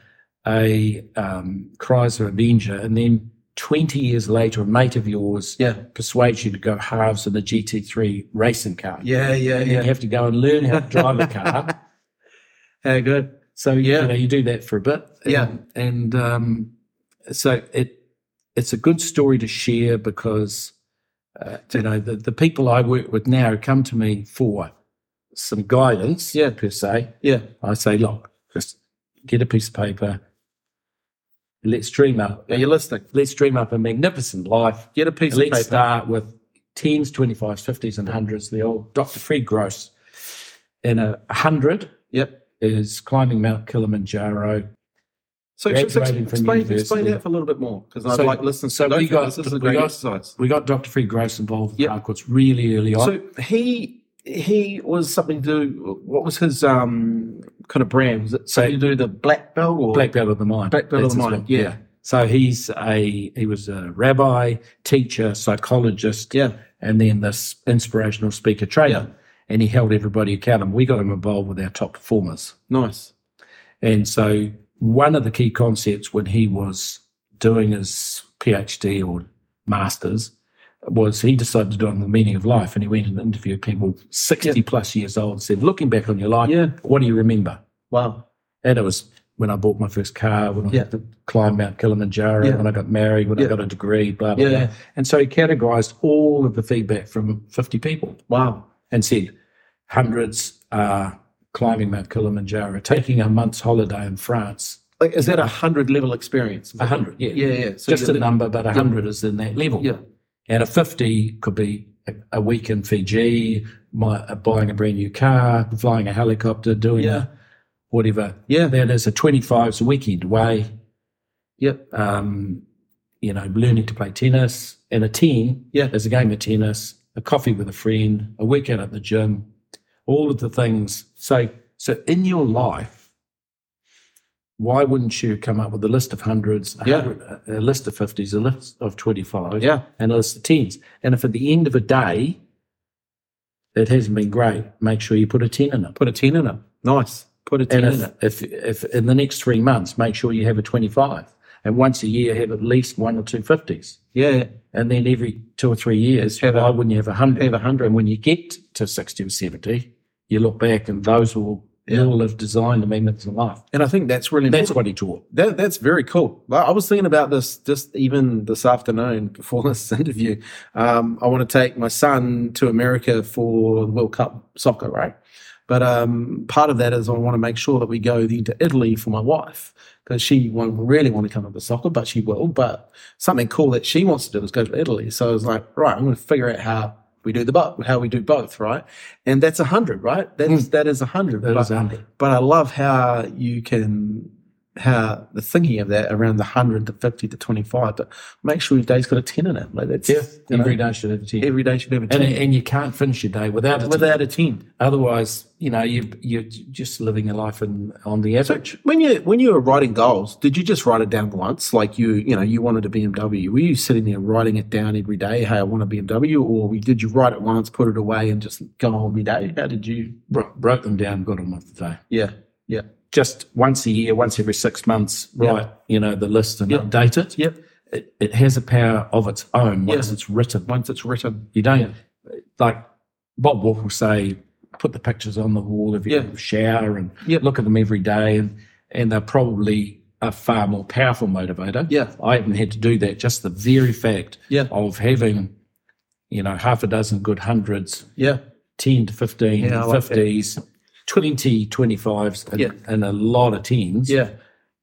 S2: a um, Chrysler Avenger, and then 20 years later, a mate of yours
S1: yeah,
S2: persuades you to go halves in a GT3 racing car.
S1: yeah, yeah,
S2: And you
S1: yeah.
S2: have to go and learn how to drive a car.
S1: How good.
S2: So
S1: Yeah.
S2: you know you do that for a bit, and,
S1: Yeah.
S2: and um, so it it's a good story to share because uh, you know the, the people I work with now come to me for some guidance,
S1: Yeah.
S2: per se.
S1: Yeah,
S2: I say, look, just get a piece of paper, let's dream up,
S1: yeah. You're listening.
S2: let's dream up a magnificent life.
S1: Get a piece
S2: Let's
S1: of paper.
S2: start with tens, twenty fives, fifties, and hundreds. The old Dr. Fred Gross in a hundred
S1: Yep.
S2: is climbing Mount Kilimanjaro.
S1: So just ex-
S2: Graduating from
S1: explain,
S2: university.
S1: explain that for a little bit more because I'd
S2: So-
S1: like listeners.
S2: so
S1: to go
S2: we
S1: through
S2: got-
S1: this. This is a
S2: we
S1: great
S2: got-
S1: exercise.
S2: We got Dr. Fred Gross involved with
S1: Yep.
S2: Harcourts really early on.
S1: So he he was something to do. What was his um kind of brand? Was it
S2: So-
S1: something to do with the black belt or
S2: Black Belt of the Mind.
S1: Black Belt of
S2: That's
S1: the
S2: his
S1: Mind,
S2: one,
S1: yeah.
S2: So he's a he was a rabbi, teacher, psychologist,
S1: Yeah.
S2: and then this inspirational speaker trainer. And he held everybody accountable. We got him involved with our top performers.
S1: Nice.
S2: And so one of the key concepts when he was doing his PhD or master's was he decided to do it on the meaning of life. And he went and interviewed people 60 plus years old and said, looking back on your life,
S1: Yeah.
S2: what do you remember?
S1: Wow.
S2: And it was when I bought my first car, when I
S1: Yeah.
S2: climbed Mount Kilimanjaro,
S1: Yeah.
S2: when I got married, when
S1: Yeah.
S2: I got a degree, blah, blah,
S1: Yeah.
S2: blah. And so he categorized all of the feedback from 50 people
S1: Wow.
S2: and said, hundreds are climbing Mount Kilimanjaro, taking a month's holiday in France.
S1: Like, is that a hundred level experience?
S2: A hundred, yeah.
S1: Yeah, yeah. So
S2: Just
S1: you're
S2: a
S1: li-
S2: number, but a hundred is in that level.
S1: Yeah.
S2: And a 50 could be a, a week in Fiji, my, uh, buying a brand new car, flying a helicopter, doing
S1: Yeah.
S2: a whatever.
S1: Yeah.
S2: That is a 25's weekend away.
S1: Yeah.
S2: um, you know, learning to play tennis and a 10
S1: Yeah.
S2: is a game of tennis, a coffee with a friend, a workout at the gym, all of the things. So, so in your life, why wouldn't you come up with a list of hundreds, a,
S1: Yeah.
S2: hundred, a- a list of 50s, a list of 25,
S1: Yeah.
S2: and a list of 10s? And if at the end of a day it hasn't been great, make sure you put a 10 in it.
S1: Put a ten in it. Nice. Put a ten
S2: And
S1: in it.
S2: if, if, if in the next three months, make sure you have a 25. And once a year, have at least one or two 50s.
S1: Yeah.
S2: And then every two or three years,
S1: Have a-
S2: why wouldn't you have a 100?
S1: have a 100.
S2: And when you get to 60 or 70, you look back and those will,
S1: Yeah.
S2: will have designed the meaning of life.
S1: And I think that's really important.
S2: That's what he taught.
S1: That, that's very cool. Well, I was thinking about this just even this afternoon before this interview. Um, I want to take my son to America for the World Cup soccer, right? But um, part of that is I want to make sure that we go then to Italy for my wife because she won't really want to come to soccer, but she will. But something cool that she wants to do is go to Italy. So I was like, right, I'm going to figure out how we do the both, how we do both, right? And that's a hundred, right? That's that is a hundred.
S2: Hmm. That
S1: But-
S2: is a 100.
S1: but I love how you can how the thinking of that around the hundred to fifty to twenty five, but make sure your day's got a ten in it. Like that's
S2: Yeah.
S1: you know,
S2: Every day should have a 10.
S1: every day should have a
S2: and,
S1: ten.
S2: and you can't finish your day without a 10.
S1: without a ten.
S2: Otherwise, you know, you, you're just living your life in, on the average.
S1: When you when you were writing goals, did you just write it down once? Like you you know, you wanted a BMW. Were you sitting there writing it down every day, hey, I want a BMW, or we- did you write it once, put it away and just go on every day? How did you
S2: Wrote wrote them down, got them off the day.
S1: Yeah. Yeah.
S2: just once a year, once every six months,
S1: Yeah.
S2: write you know the list and
S1: Yeah.
S2: update it.
S1: Yep.
S2: It, it has a power of its own once
S1: Yeah.
S2: it's written.
S1: Once it's written.
S2: You don't like Bob Wolf will say, put the pictures on the wall of your
S1: Yeah.
S2: shower and
S1: Yeah.
S2: look at them every day, and and they're probably a far more powerful motivator.
S1: Yeah.
S2: I haven't had to do that. Just the very fact
S1: Yeah.
S2: of having, you know, half a dozen good hundreds
S1: Yeah.
S2: 10 to 15,
S1: Yeah, I like that.
S2: 50s, 20, 25s, and,
S1: Yeah.
S2: and a lot of 10s.
S1: Yeah.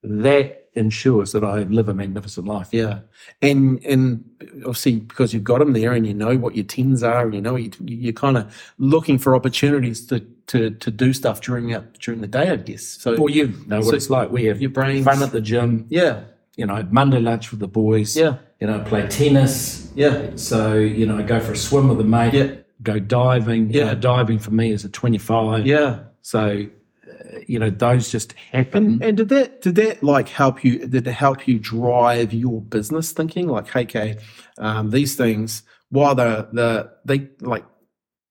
S2: That ensures that I live a magnificent life.
S1: Yeah, and and obviously because you've got them there and you know what your tins are and you know you, you're kind of looking for opportunities to, to to do stuff during that during the day, I guess. So
S2: Well, you know what
S1: So
S2: it's like. We have
S1: your brains-
S2: fun at the gym,
S1: yeah,
S2: you know, Monday lunch with the boys,
S1: yeah,
S2: you know, play tennis.
S1: yeah,
S2: So, you know, go for a swim with a mate,
S1: Yeah.
S2: go diving. You
S1: Yeah.
S2: know, diving for me is a 25.
S1: yeah. Mm-hmm.
S2: So, uh, you know, those just happen.
S1: And did that did that like help you? Did it help you drive your business thinking? Like, hey, Kay, um, these things while the the they like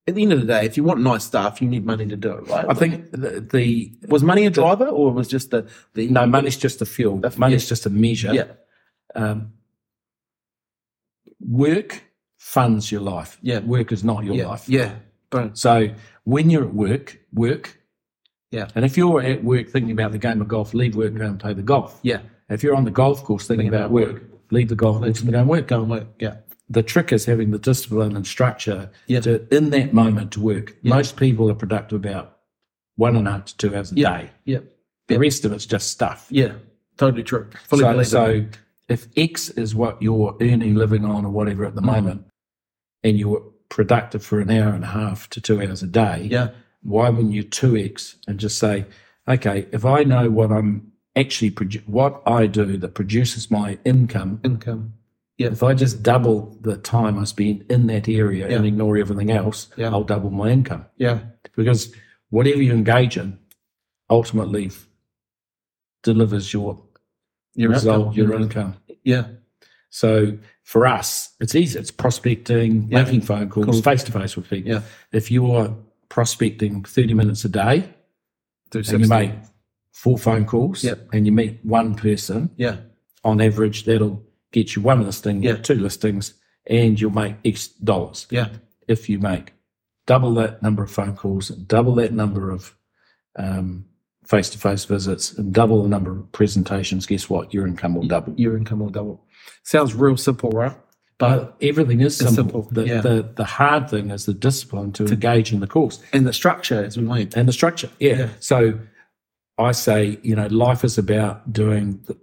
S1: at the end of the day, if you want nice stuff, you need money to do it, right?
S2: I think the, the
S1: was money a driver or was just the the
S2: no, money's just a fuel,
S1: That's-
S2: money's just a measure.
S1: yeah
S2: um, work funds your life.
S1: Yeah.
S2: Work is not your
S1: yeah
S2: life.
S1: yeah. Boom.
S2: So when you're at work, work.
S1: Yeah.
S2: And if you're at work thinking about the game of golf, leave work and go and play the golf.
S1: Yeah.
S2: If you're on the golf course thinking about work, leave the golf course and go and work.
S1: Go and work. Yeah.
S2: The trick is having the discipline and structure
S1: Yeah.
S2: to, in that moment, to work. Most people are productive about one and a half to two hours a
S1: Yeah.
S2: day.
S1: Yeah.
S2: The rest of it's just stuff.
S1: Yeah. Totally true. Fully
S2: so,
S1: believe it.
S2: so if X is what you're earning, living on, or whatever at the
S1: Mm-hmm.
S2: moment, and you're productive for an hour and a half to two hours a day,
S1: Yeah.
S2: why wouldn't you two X and just say, okay, if I know what I'm actually produ- what I do that produces my income,
S1: Income.
S2: if I just double the time I spend in that area and
S1: Yeah.
S2: ignore everything else,
S1: Yeah.
S2: I'll double my income
S1: Yeah.
S2: because whatever you engage in ultimately f- delivers your
S1: Your
S2: result,
S1: outcome.
S2: your income.
S1: Yeah.
S2: So for us, it's easy. It's prospecting,
S1: Yeah.
S2: making phone calls,
S1: Cool.
S2: face to face with people.
S1: Yeah.
S2: If you are prospecting 30 minutes a day
S1: Do
S2: and you
S1: something.
S2: make four phone calls
S1: Yep.
S2: and you meet one person,
S1: Yeah.
S2: on average, that'll get you one listing,
S1: Yeah.
S2: two listings, and you'll make X dollars.
S1: Yeah.
S2: If you make double that number of phone calls, double that number of um, face-to-face visits, and double the number of presentations, guess what? Your income will double.
S1: Your income will double. Sounds real simple, right?
S2: But everything is
S1: It's simple,
S2: simple. The,
S1: yeah.
S2: the the hard thing is the discipline to engage in the course
S1: And the structure, as we learned.
S2: and the structure. Yeah.
S1: Yeah.
S2: So I say, you know, life is about doing the,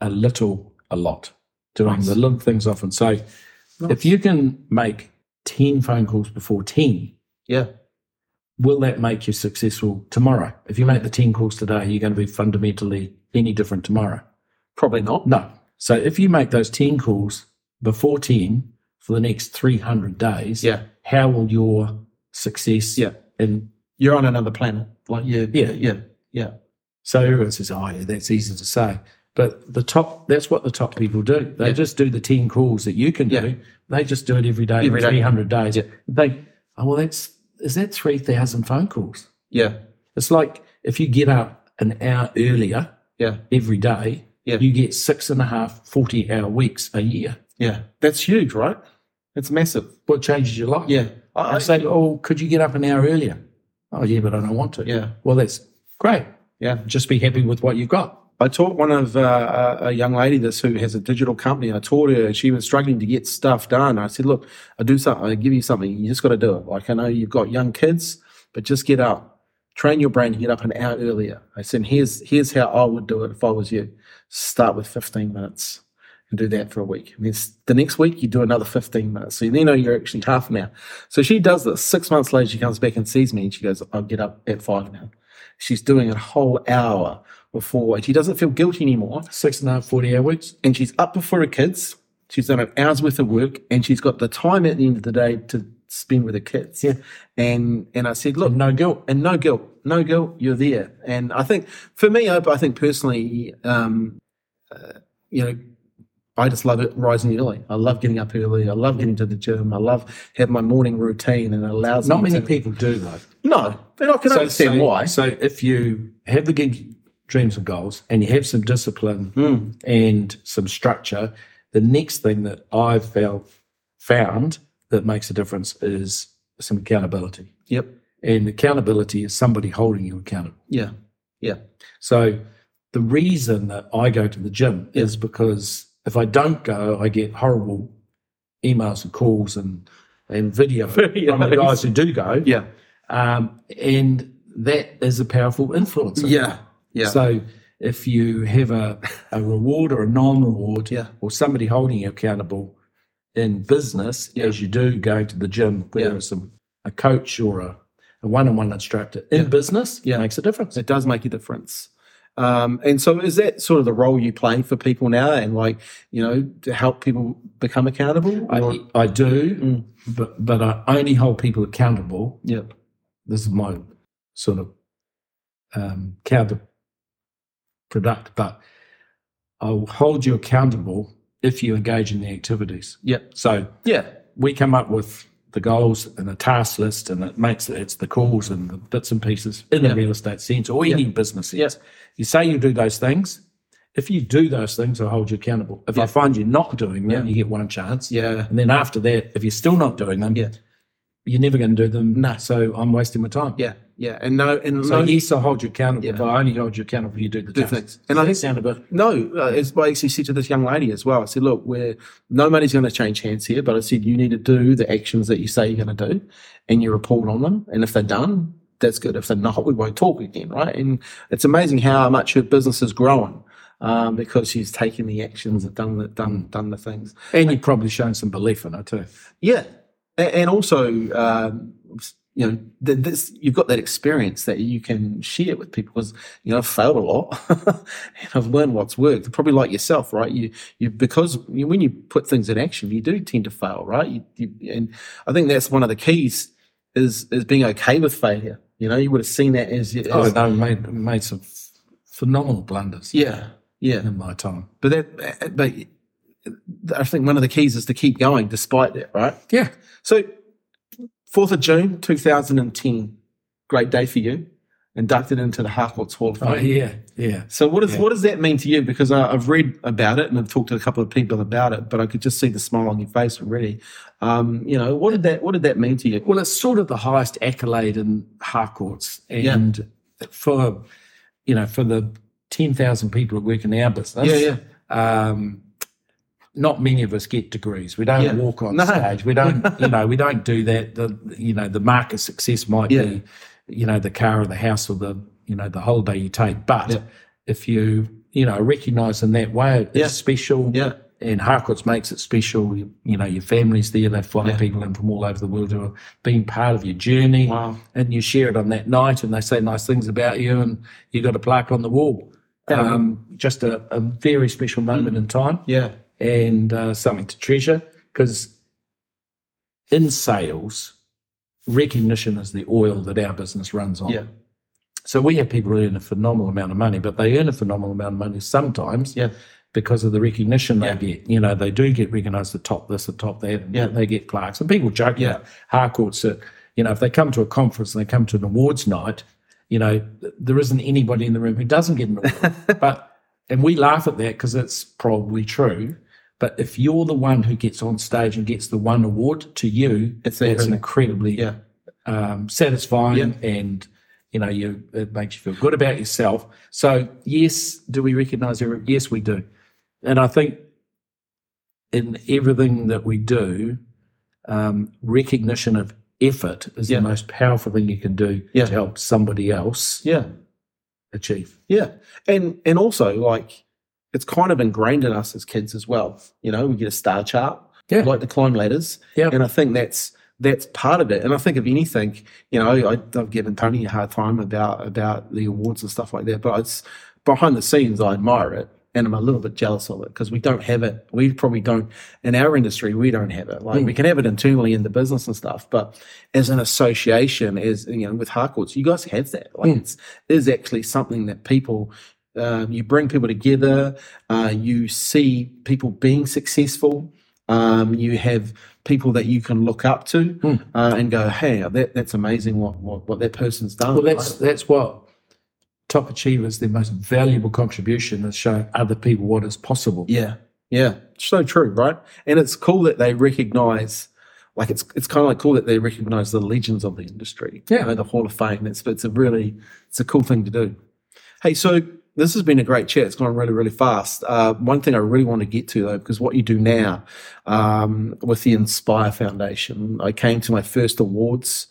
S2: a little, a lot, doing the little things often. So if you can make 10 phone calls before 10,
S1: Yeah.
S2: will that make you successful tomorrow? If you make the 10 calls today, you're going to be fundamentally any different tomorrow.
S1: Probably not.
S2: No. So if you make those 10 calls before 10 for the next 300 days,
S1: Yeah.
S2: how will your success
S1: Yeah.
S2: in
S1: You're on another planet. Like, yeah.
S2: Yeah.
S1: Yeah.
S2: so everyone says, Oh yeah, that's easy to say. But the top that's what the top people do. They
S1: Yeah.
S2: just do the 10 calls that you can
S1: Yeah.
S2: do. They just do it every day
S1: Every
S2: for
S1: day.
S2: 300 days.
S1: Yeah.
S2: They oh well that's is that 3,000 phone calls?
S1: Yeah.
S2: It's like if you get up an hour earlier
S1: Yeah.
S2: every day,
S1: Yeah.
S2: you get six and a half 40 hour weeks a year.
S1: Yeah. That's huge, right? It's massive.
S2: What changes your life?
S1: Yeah.
S2: I say, oh, could you get up an hour earlier? Oh, yeah, but I don't want to.
S1: Yeah.
S2: Well, that's great.
S1: Yeah.
S2: Just be happy with what you've got.
S1: I taught one of uh, a a young lady this who has a digital company. I taught her, she was struggling to get stuff done. I said, "Look, I do something. I give you something. You just got to do it. Like I know you've got young kids, but just get up, train your brain to get up an hour earlier." I said, "Here's here's how I would do it if I was you. Start with 15 minutes and do that for a week. And then s- the next week you do another 15 minutes. So you know you're actually half an hour. So she does this. Six months later, she comes back and sees me, and she goes, "I'll get up at five now." She's doing a whole hour before, and she doesn't feel guilty anymore.
S2: Six and a half, 40 hour weeks.
S1: And she's up before her kids. She's done an hour's worth of work, and she's got the time at the end of the day to spend with her kids.
S2: Yeah.
S1: And and I said, look,
S2: No guilt.
S1: and no guilt, no guilt. You're there. And I think for me, I, I think personally, um, uh, you know, I just love it rising early. I love getting up early. I love getting to the gym. I love having my morning routine, and it allows
S2: Not
S1: me
S2: many
S1: to-
S2: people do, though.
S1: No, but I can understand
S2: so,
S1: why.
S2: So if you have the gig dreams and goals and you have some discipline and some structure, the next thing that I've found, found that makes a difference is some accountability.
S1: Yep.
S2: And accountability is somebody holding you accountable.
S1: Yeah. Yeah.
S2: So the reason that I go to the gym is because if I don't go, I get horrible emails and calls and, and video from the
S1: Videos.
S2: guys who do go.
S1: Yeah.
S2: Um, and that is a powerful influencer.
S1: Yeah. Yeah.
S2: So if you have a, a reward or a non reward
S1: Yeah.
S2: or somebody holding you accountable in business
S1: Yeah.
S2: as you do going to the gym, whether
S1: Yeah.
S2: it's a, a coach or a one on one instructor in
S1: Yeah.
S2: business,
S1: Yeah.
S2: makes a difference.
S1: It does make a difference. Um, and so, is that sort of the role you play for people now, and like you know, to help people become accountable? Or-
S2: I, I do,
S1: Mm.
S2: but but I only hold people accountable.
S1: yeah,
S2: This is my sort of um, counter product, but I'll hold you accountable if you engage in the activities.
S1: yeah,
S2: So
S1: yeah,
S2: we come up with the goals and the task list, and it makes it's the calls and the bits and pieces in
S1: Yeah.
S2: the real estate sense or any business sense.
S1: Yeah.
S2: You say you do those things. If you do those things, I hold you accountable. If I
S1: Yeah.
S2: find you not doing
S1: Yeah.
S2: them, you get one chance.
S1: yeah,
S2: And then after that, if you're still not doing them,
S1: Yeah.
S2: you're never going to do them. No. So I'm wasting my time.
S1: yeah, yeah. And no, and
S2: So
S1: no,
S2: yes, I hold you accountable,
S1: Yeah.
S2: but I only hold you accountable if you do the
S1: Do
S2: tasks.
S1: things. And I
S2: Does that
S1: think-
S2: sound a bit
S1: no. Uh, it's what I actually said to this young lady as well. I said, look, we're no money's going to change hands here, but I said you need to do the actions that you say you're going to do, and you report on them. And if they're done, that's good. If they're not, we won't talk again, right? And it's amazing how much her business is growing. Um, because she's taken the actions and done the done done the things.
S2: and you've probably shown some belief in it too.
S1: Yeah, A- and also um, you know th- this you've got that experience that you can share with people because you know I've failed a lot and I've learned what's worked. Probably like yourself, right? You you because you, when you put things in action, you do tend to fail, right? You, you, and I think that's one of the keys is is being okay with failure. You know, you would have seen that as, as
S2: Oh no, made made some ph- phenomenal blunders.
S1: yeah. yeah.
S2: in my time.
S1: But that, but I think one of the keys is to keep going despite that, right?
S2: Yeah.
S1: So, 4th of June 2010, great day for you, inducted into the Harcourt's Hall of Fame.
S2: Oh, yeah. Yeah.
S1: So, what, is,
S2: Yeah.
S1: what does that mean to you? Because I, I've read about it and I've talked to a couple of people about it, but I could just see the smile on your face already. Um, you know, what did that what did that mean to you?
S2: Well, it's sort of the highest accolade in Harcourts, and for you know for the ten thousand people who work in our business,
S1: Yeah,
S2: Um, not many of us get degrees. We don't
S1: Yeah.
S2: walk on
S1: No.
S2: stage. We don't, you know, we don't do that. The you know the market success might
S1: Yeah.
S2: be, you know, the car or the house or the you know the holiday you take. But
S1: Yeah.
S2: if you you know recognise in that way, it's
S1: Yeah.
S2: special
S1: Yeah,
S2: and Harcourt's makes it special. You, you know, your family's there. They fly
S1: Yeah.
S2: people in from all over the world who have been part of your journey.
S1: Wow.
S2: And you share it on that night, and they say nice things about you, and you got a plaque on the wall.
S1: Yeah.
S2: Um, just a, a very special
S1: Mm.
S2: moment in time,
S1: yeah,
S2: and uh, something to treasure because in sales, recognition is the oil that our business runs on.
S1: yeah,
S2: So we have people who earn a phenomenal amount of money, but they earn a phenomenal amount of money sometimes
S1: yeah,
S2: because of the recognition they
S1: Yeah.
S2: get. You know, they do get recognised the top this, the top that, and
S1: Yeah.
S2: they get plaques. And people joke
S1: Yeah.
S2: about Harcourt's. That, you know, if they come to a conference and they come to an awards night, you know, th- there isn't anybody in the room who doesn't get an award. but and we laugh at that because it's probably true. But if you're the one who gets on stage and gets the one award to you,
S1: It's
S2: that's
S1: everything.
S2: incredibly
S1: yeah,
S2: um, satisfying and you know you it makes you feel good about yourself so yes do we recognize every yes we do and i think in everything that we do um, recognition of effort is
S1: Yeah.
S2: the most powerful thing you can do
S1: Yeah.
S2: to help somebody else
S1: yeah.
S2: achieve
S1: Yeah, and and also like it's kind of ingrained in us as kids as well. You know, we get a star chart,
S2: Yeah.
S1: like to climb ladders,
S2: Yeah.
S1: and I think that's that's part of it. And I think if anything, you know, I, I've given Tony a hard time about about the awards and stuff like that, but it's behind the scenes I admire it. And I'm a little bit jealous of it because we don't have it. We probably don't in our industry. We don't have it. Like we can have it internally in the business and stuff, but as an association, as you know, with Harcourts, you guys have that. Like it's it is actually something that people um, you bring people together. Uh, you see people being successful. Um, you have people that you can look up to
S2: Hmm.
S1: uh, and go, "Hey, that, that's amazing! What, what what that person's done."
S2: well that's that's what top achievers their most valuable contribution is showing other people what is possible
S1: Yeah, yeah, so true, right? And it's cool that they recognize, like it's it's kind of like cool that they recognize the legends of the industry.
S2: Yeah.
S1: you know, the Hall of Fame. It's it's a really it's a cool thing to do. Hey, so this has been a great chat. It's gone really really fast. Uh, one thing I really want to get to though, because what you do now um, with the Inspire Foundation, I came to my first awards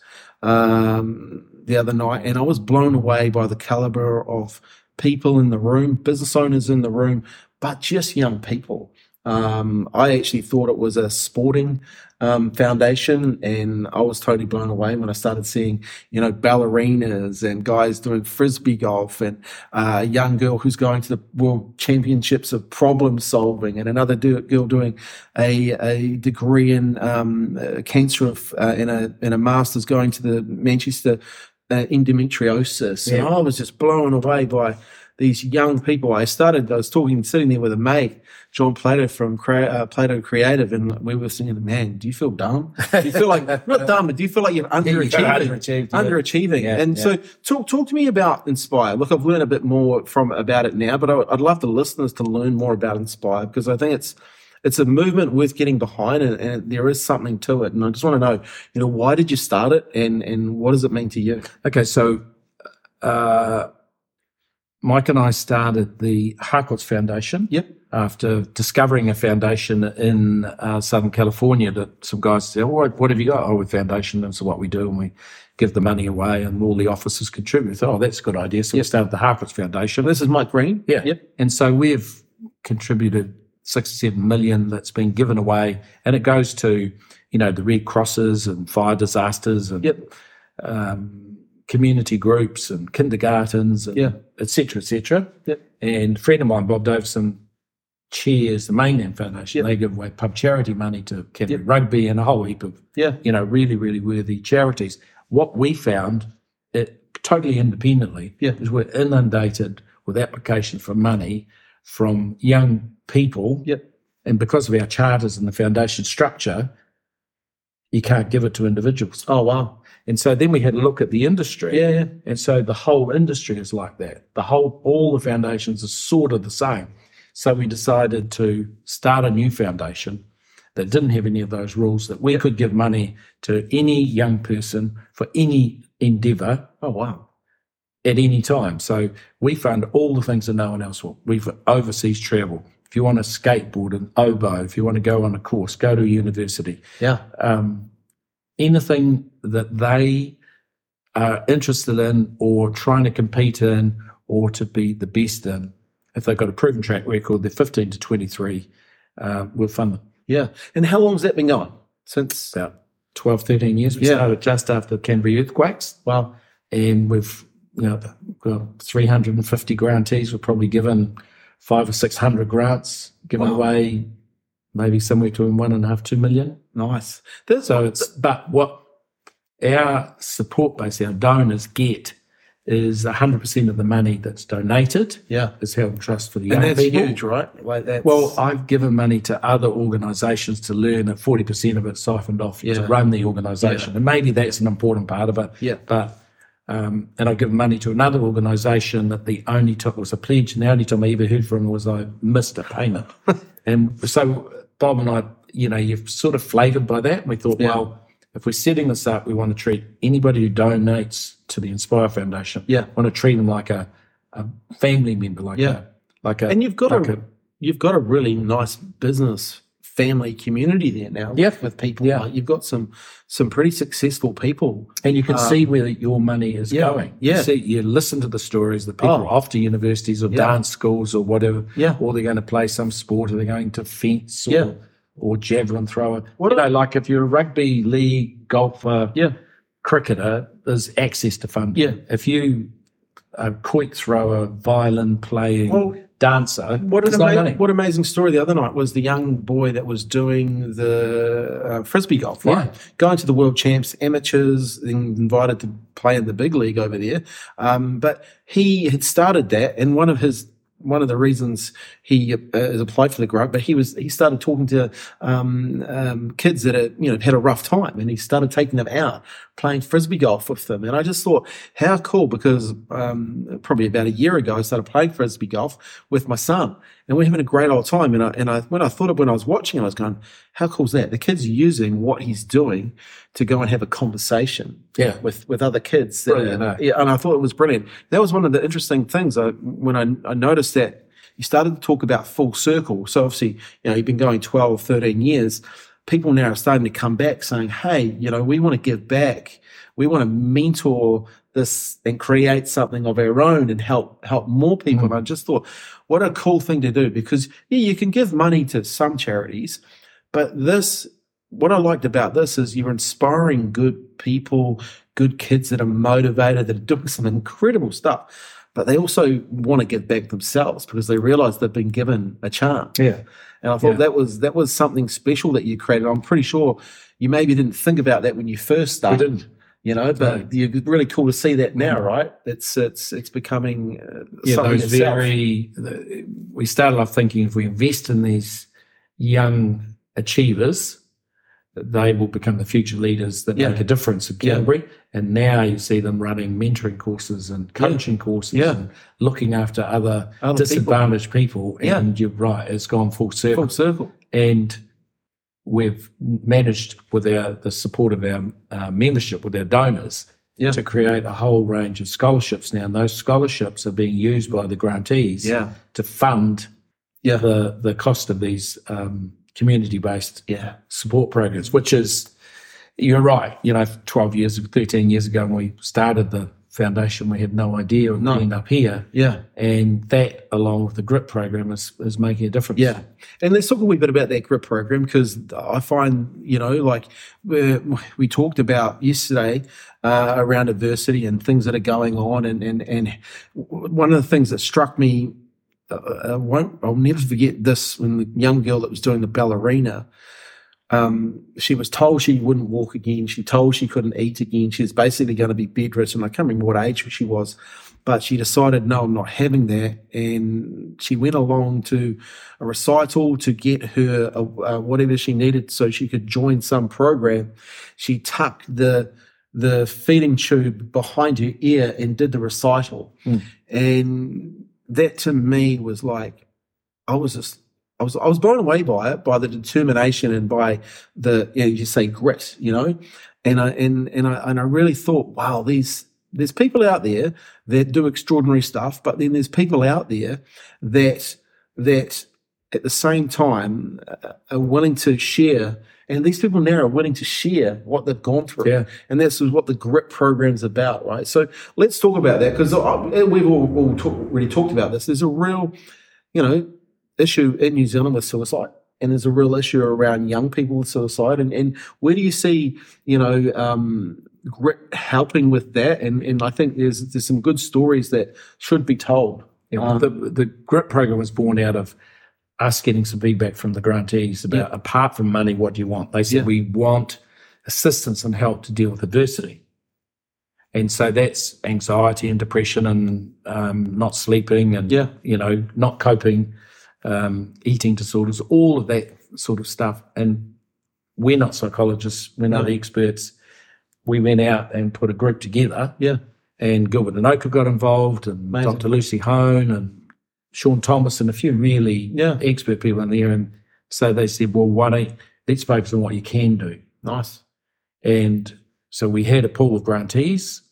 S1: um, the other night, and I was blown away by the caliber of people in the room, business owners in the room, but just young people. Um, I actually thought it was a sporting um, foundation, and I was totally blown away when I started seeing, you know, ballerinas and guys doing frisbee golf, and uh, a young girl who's going to the world championships of problem solving, and another do- girl doing a, a degree in um, uh, cancer of, uh, in a in a master's going to the Manchester uh, endometriosis, and
S2: Yeah.
S1: I was just blown away by these young people. I started, I was talking, sitting there with a mate, John Plato from Cre- uh, Plato Creative, and we were saying, man, do you feel dumb? Do you feel like, not dumb, but do you feel like you're underachieving?
S2: underachieved, yeah.
S1: Underachieving.
S2: Yeah,
S1: and
S2: yeah.
S1: so talk, talk to me about Inspire. Look, I've learned a bit more from about it now, but I, would love the listeners to learn more about Inspire because I think it's, it's a movement worth getting behind and, and there is something to it. And I just want to know, you know, why did you start it and, and what does it mean to you?
S2: Okay, so uh, Mike and I started the Harcourts Foundation
S1: Yep.
S2: after discovering a foundation in uh, Southern California that some guys said, "All right, what have you got? Oh, a foundation. That's what we do, and we give the money away, and all the officers contribute." We thought, oh, that's a good idea. So we started the Harcourts Foundation.
S1: This is Mike Green.
S2: Yeah.
S1: Yep.
S2: And so we've contributed 67 million that's been given away and it goes to, you know, the Red Crosses and fire disasters and
S1: Yep.
S2: um, community groups and kindergartens and
S1: Yeah.
S2: et cetera, et cetera.
S1: Yep.
S2: And a friend of mine, Bob Davison, chairs the Mainland Foundation.
S1: Yep.
S2: They give away pub charity money to Canterbury Rugby and a whole heap of
S1: Yeah.
S2: you know, really, really worthy charities. What we found, it, totally independently,
S1: Yeah.
S2: is we're inundated with applications for money from young people.
S1: Yep.
S2: And because of our charters and the foundation structure, you can't give it to individuals.
S1: Oh wow.
S2: And so then we had a look at the industry.
S1: Yeah, yeah.
S2: And so the whole industry is like that. The whole, all the foundations are sort of the same. So we decided to start a new foundation that didn't have any of those rules that we could give money to any young person for any endeavor
S1: Oh wow.
S2: at any time. So we fund all the things that no one else will. We've overseas travel. If you want to skateboard and oboe, if you want to go on a course, go to university.
S1: Yeah.
S2: Um, anything that they are interested in or trying to compete in or to be the best in, if they've got a proven track record, they're 15 to 23, uh, we'll fund them.
S1: Yeah. And how long's that been going? Since
S2: About 12, 13 years. We
S1: Yeah.
S2: started just after the Canterbury earthquakes.
S1: wow.
S2: and we've you know got 350 grantees. We've probably given five or six hundred grants, given
S1: Wow.
S2: away maybe somewhere between one and a half, two million.
S1: Nice. There's
S2: So it's but what our support base, our donors get is 100% of the money that's donated
S1: yeah.
S2: is held in trust for the young
S1: And that's
S2: people.
S1: huge, right? Like that's
S2: Well, I've given money to other organisations to learn that 40% of it's siphoned off to
S1: Yeah.
S2: run the organisation. And maybe that's an important part of it.
S1: Yeah.
S2: But, um, and I've given money to another organisation that the only time was a pledge, and the only time I ever heard from was I missed a payment. and so Bob and I, you know, you're sort of flavoured by that. And we thought, well, if we're setting this up, we want to treat anybody who donates to the Inspire Foundation,
S1: Yeah.
S2: want to treat them like a, a family member, like
S1: Yeah.
S2: a, like a,
S1: and you've got
S2: like
S1: a you've got a really nice business family community there now.
S2: Yeah.
S1: With people.
S2: Yeah.
S1: Like, you've got some some pretty successful people.
S2: And you can see where your money is
S1: Um, yeah,
S2: going.
S1: yeah.
S2: You, see, you listen to the stories, the people
S1: Oh.
S2: are off to universities or dance schools or whatever,
S1: Yeah.
S2: or they're going to play some sport or they're going to fence or,
S1: Yeah.
S2: or javelin thrower.
S1: What
S2: you
S1: are-
S2: know, like if you're a rugby league golfer,
S1: Yeah.
S2: cricketer, there's access to funding.
S1: Yeah.
S2: If you a quoit thrower, violin playing,
S1: Well,
S2: dancer,
S1: What an
S2: there's no money.
S1: amazing, what amazing story the other night was the young boy that was doing the uh, frisbee golf, right?
S2: Yeah.
S1: Going to the world champs, amateurs, then invited to play in the big league over there. Um, but he had started that, and one of his one of the reasons he uh, has applied for the grant, but he was he started talking to um, um, kids that had you know had a rough time, and he started taking them out playing frisbee golf with them. And I just thought, how cool! Because um, probably about a year ago, I started playing frisbee golf with my son, and we're having a great old time. And I, and I when I thought of when I was watching, it, I was going, how cool is that? The kid's using what he's doing to go and have a conversation
S2: Yeah.
S1: with with other kids. that-
S2: Brilliant, eh?
S1: yeah, and I thought it was brilliant. That was one of the interesting things I, when I, I noticed that you started to talk about full circle. So obviously, you know, you've been going 12, 13 years. People now are starting to come back saying, hey, you know, we want to give back. We want to mentor this and create something of our own and help help more people.
S2: Mm.
S1: And I just thought, what a cool thing to do because yeah, you can give money to some charities, but this what I liked about this is you're inspiring good people, good kids that are motivated, that are doing some incredible stuff, but they also want to give back themselves because they realize they've been given a chance.
S2: Yeah.
S1: And I thought
S2: Yeah.
S1: that was that was something special that you created. I'm pretty sure you maybe didn't think about that when you first
S2: We
S1: started.
S2: didn't. Mm.
S1: You know, but you're really cool to see that now, right? It's it's it's becoming uh,
S2: yeah,
S1: something
S2: those
S1: itself.
S2: very. the- We started off thinking if we invest in these young achievers, that they will become the future leaders that
S1: Yeah.
S2: make a difference in
S1: Yeah.
S2: Canterbury. And now you see them running mentoring courses and coaching courses
S1: Yeah.
S2: and looking after other,
S1: Other people.
S2: disadvantaged people.
S1: Yeah.
S2: And you're right, it's gone full circle
S1: full circle.
S2: and we've managed with our the support of our uh, membership with our donors
S1: Yeah.
S2: to create a whole range of scholarships now and those scholarships are being used by the grantees
S1: Yeah.
S2: to fund
S1: Yeah.
S2: the the cost of these um, community based
S1: Yeah.
S2: support programs which is you're right you know 12 years 13 years ago when we started the foundation we had no idea we'd
S1: No.
S2: end up here
S1: Yeah.
S2: and that along with the grip program is, is making a difference
S1: Yeah. And let's talk a wee bit about that grip program because I find, you know, like we we talked about yesterday uh, around adversity and things that are going on. And, and, and w- one of the things that struck me, uh, I won't, I'll never forget this when the young girl that was doing the ballerina um, she was told she wouldn't walk again. She told she couldn't eat again. She was basically going to be bedridden. I can't remember what age she was, but she decided, no, I'm not having that. And she went along to a recital to get her uh, uh, whatever she needed so she could join some program. She tucked the the feeding tube behind her ear and did the recital.
S2: Mm.
S1: And that to me was like, I was just I was I was blown away by it, by the determination and by the you know, you say grit, you know, and I and and I and I really thought, wow, these there's people out there that do extraordinary stuff, but then there's people out there that that at the same time uh, are willing to share, and these people now are willing to share what they've gone through,
S2: Yeah.
S1: and this is what the grit program's about, right? So let's talk about that because we've all, all talk, really talked about this. There's a real, you know, issue in New Zealand with suicide, and there's a real issue around young people with suicide. And, and where do you see, you know, um, grit helping with that? And and I think there's there's some good stories that should be told.
S2: Yeah, well, the, the GRIP program was born out of us getting some feedback from the grantees about apart from money, what do you want? They said,
S1: Yeah.
S2: we want assistance and help to deal with adversity. And so that's anxiety and depression and um, not sleeping and,
S1: Yeah.
S2: you know, not coping, um, eating disorders, all of that sort of stuff. And we're not psychologists, we're not experts. We went out and put a group together
S1: Yeah,
S2: and Gilbert and Oka got involved, and
S1: Amazing.
S2: Dr. Lucy Hone and Sean Thomas and a few really
S1: Yeah.
S2: expert people in there. And so they said, well, why don't let's focus on what you can do.
S1: nice.
S2: And so we had a pool of grantees.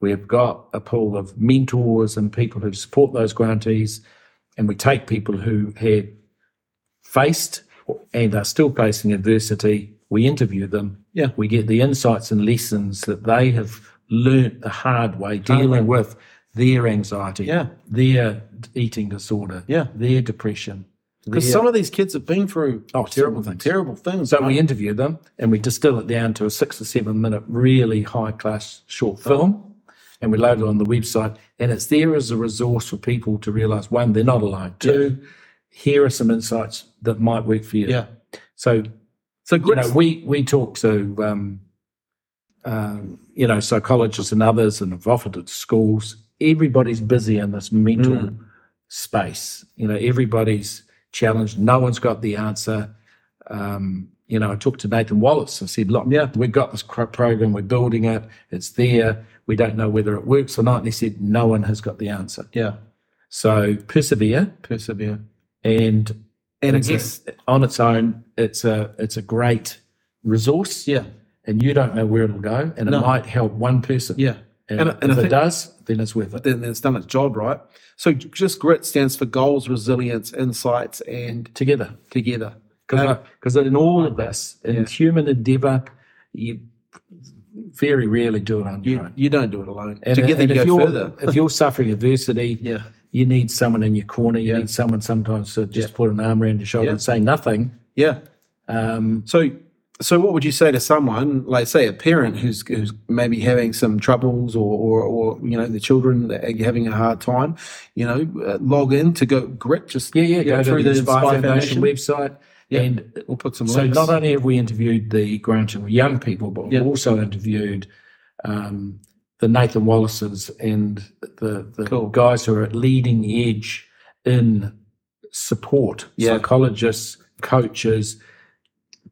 S2: We've got a pool of mentors and people who support those grantees. And we take people who had faced and are still facing adversity. We interview them.
S1: Yeah.
S2: We get the insights and lessons that they have learnt the hard way dealing with their anxiety,
S1: Yeah.
S2: their eating disorder,
S1: Yeah.
S2: their depression.
S1: Because
S2: their-
S1: some of these kids have been through
S2: Oh, terrible
S1: some
S2: things.
S1: terrible things.
S2: so we interview them and we distill it down to a six or seven minute, really high class short film. And we load it on the website. And it's there as a resource for people to realize one, they're not alone. Two, here are some insights that might work for you.
S1: yeah.
S2: So,
S1: So
S2: you
S1: grit.
S2: know, we, we talk to, um, um, you know, psychologists and others and have offered it to schools. Everybody's busy in this mental
S1: Mm.
S2: space. You know, everybody's challenged. No one's got the answer. Um, you know, I talked to Nathan Wallace. I said, look,
S1: Yeah.
S2: we've got this cr- program. We're building it. It's there. We don't know whether it works or not. And he said, no one has got the answer.
S1: yeah,
S2: So persevere
S1: persevere.
S2: and
S1: And I
S2: it's a-
S1: guess
S2: on its own, it's a it's a great resource.
S1: yeah,
S2: And you don't know where it'll go, and
S1: No.
S2: it might help one person.
S1: yeah.
S2: And,
S1: And I- and I
S2: if
S1: think-
S2: it does, then it's worth it.
S1: But then it's done its job, right? So just grit stands for goals, resilience, insights, and
S2: Together.
S1: together.
S2: because in all of this, in human endeavour, you very rarely do it on your
S1: You,
S2: own.
S1: you don't do it alone.
S2: And,
S1: together
S2: and
S1: you
S2: if
S1: go
S2: you're
S1: further.
S2: if you're suffering adversity,
S1: Yeah.
S2: you need someone in your corner. You need someone sometimes to just put an arm around your shoulder
S1: Yeah.
S2: and say nothing.
S1: Yeah.
S2: Um,
S1: So, so what would you say to someone, like say a parent who's who's maybe having some troubles, or or, or you know the children that are having a hard time, you know, uh, log in to go grit just
S2: yeah, yeah.
S1: you know,
S2: Go
S1: through
S2: to the Inspire Foundation,
S1: We'll
S2: website,
S1: Yeah.
S2: and
S1: put some
S2: So
S1: links.
S2: not only have we interviewed the Grantham young people, but
S1: Yeah.
S2: we've also interviewed um, the Nathan Wallaces and the, the
S1: Cool.
S2: guys who are at leading edge in support,
S1: Yeah.
S2: psychologists, coaches,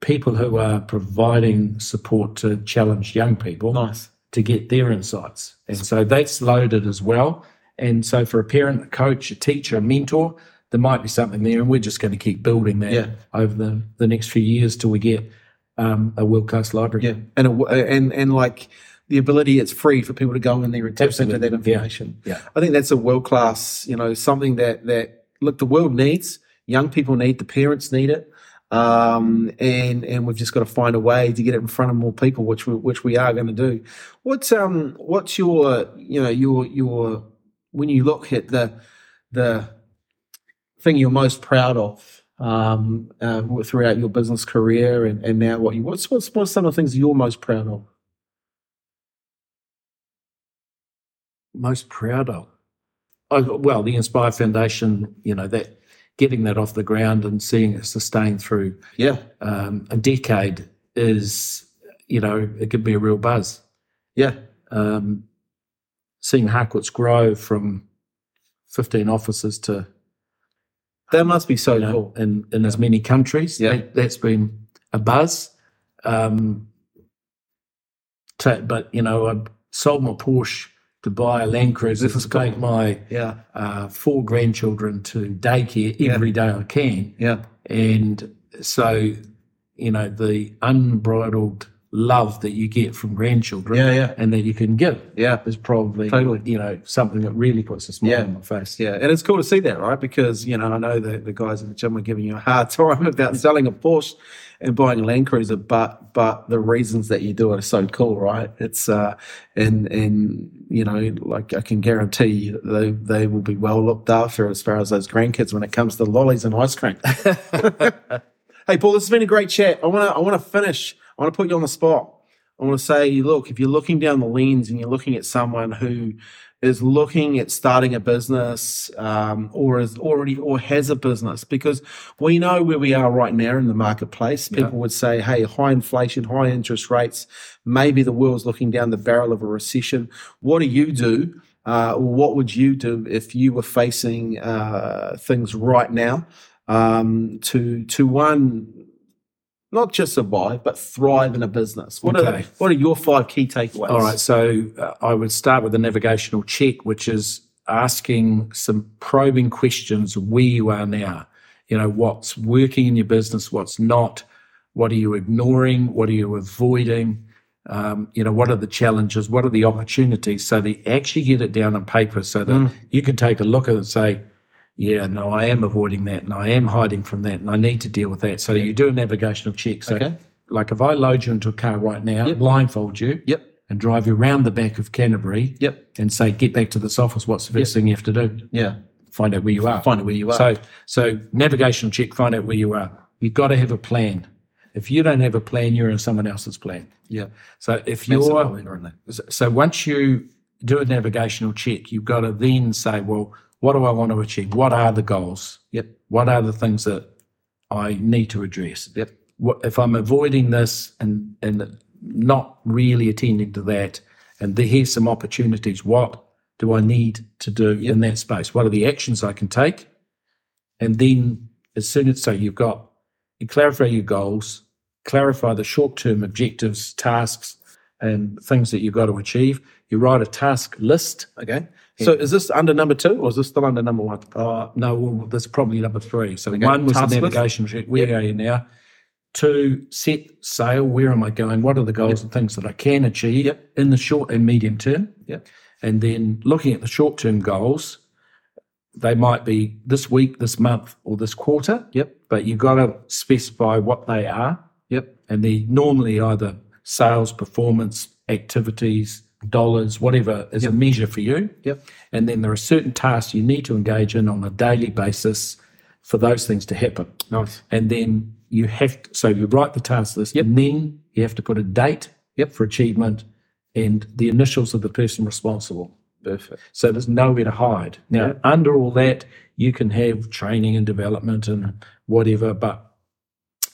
S2: people who are providing support to challenge young people
S1: nice.
S2: to get their insights. And so that's loaded as well. And so for a parent, a coach, a teacher, a mentor, there might be something there. And we're just going to keep building that
S1: Yeah.
S2: over the, the next few years till we get um, a world class library.
S1: Yeah, and a w and and like the ability, it's free for people to go in there and tap into
S2: Absolutely.
S1: that
S2: Yeah.
S1: information.
S2: Yeah.
S1: I think that's a world class, you know, something that that look the world needs. Young people need, the parents need it, um, and and we've just got to find a way to get it in front of more people, which we which we are going to do. What's um what's your you know your your when you look at the the thing you're most proud of um, uh, throughout your business career and, and now what you what's, what's what's some of the things you're most proud of?
S2: Most proud of? I, well, the Inspire Foundation, you know, that getting that off the ground and seeing it sustained through
S1: Yeah.
S2: um, a decade is, you know, it could be a real buzz.
S1: Yeah.
S2: Um, seeing Harcourt's grow from 15 offices to
S1: That must be so
S2: Um, you know,
S1: cool.
S2: in, in as many countries.
S1: Yeah.
S2: That, that's been a buzz. Um, to- but, you know, I sold my Porsche to buy a Land Cruiser
S1: This is
S2: to take my
S1: Yeah.
S2: uh, four grandchildren to daycare every day I can.
S1: Yeah.
S2: And so, you know, the unbridled love that you get from grandchildren
S1: Yeah. Yeah.
S2: and that you can give
S1: Yeah.
S2: is probably,
S1: Totally.
S2: you know, something that really puts a smile
S1: Yeah.
S2: on my face.
S1: Yeah, and it's cool to see that, right? Because you know, I know the, the guys in the gym are giving you a hard time about selling a Porsche and buying a Land Cruiser, but but the reasons that you do it are so cool, right? It's uh, and and you know, like I can guarantee you they they will be well looked after as far as those grandkids when it comes to lollies and ice cream. hey, Paul, this has been a great chat. I wanna I wanna finish. I wanna put you on the spot. I want to say, look, if you're looking down the lens and you're looking at someone who is looking at starting a business um, or is already or has a business, because we know where we are right now in the marketplace. People would say, hey, high inflation, high interest rates, maybe the world's looking down the barrel of a recession. What do you do? Uh, or what would you do if you were facing uh, things right now um, to to one not just survive but thrive in a business? What are
S2: Okay.
S1: what are your five key takeaways?
S2: All right. So uh, I would start with the navigational check, which is asking some probing questions of where you are now. You know, what's working in your business, what's not, what are you ignoring, what are you avoiding, um, you know, what are the challenges, what are the opportunities, so they actually get it down on paper so that
S1: Hmm.
S2: you can take a look at it and say, yeah, no, I am avoiding that and I am hiding from that and I need to deal with that. So you do a navigational check. So,
S1: Okay.
S2: like, if I load you into a car right now, blindfold you,
S1: Yep.
S2: and drive you round the back of Canterbury
S1: Yep.
S2: and say, get back to this office. What's the first thing you have to do?
S1: Yeah.
S2: Find out where you are.
S1: Find out where you are.
S2: So, so navigational check, find out where you are. You've got to have a plan. If you don't have a plan, you're in someone else's plan.
S1: yeah.
S2: So if
S1: Massive
S2: you're,
S1: winner in that.
S2: so once you do a navigational check, you've got to then say, well, what do I want to achieve? What are the goals?
S1: Yep.
S2: What are the things that I need to address?
S1: Yep.
S2: what if I'm avoiding this and and not really attending to that, and the, here's some opportunities. What do I need to do in that space? What are the actions I can take? And then as soon as so you've got you clarify your goals, clarify the short term objectives, tasks, and things that you've got to achieve. You write a task list.
S1: Okay. So is this under number two or is this still under number one?
S2: Uh, no, well, that's probably number three. So one was the
S1: task list.
S2: navigation check. Where are you now? Two, set sail. Where am I going? What are the goals and things that I can achieve in the short and medium term?
S1: Yep.
S2: And then looking at the short term goals, they might be this week, this month, or this quarter.
S1: Yep.
S2: But you've got to specify what they are.
S1: Yep.
S2: And they normally either sales, performance, activities, dollars, whatever is a measure for you.
S1: Yep.
S2: And then there are certain tasks you need to engage in on a daily basis for those things to happen.
S1: Nice.
S2: And then you have to, so you write the task list and then you have to put a date
S1: Yep.
S2: for achievement and the initials of the person responsible.
S1: Perfect.
S2: So there's nowhere to hide. Now, under all that, you can have training and development and whatever. But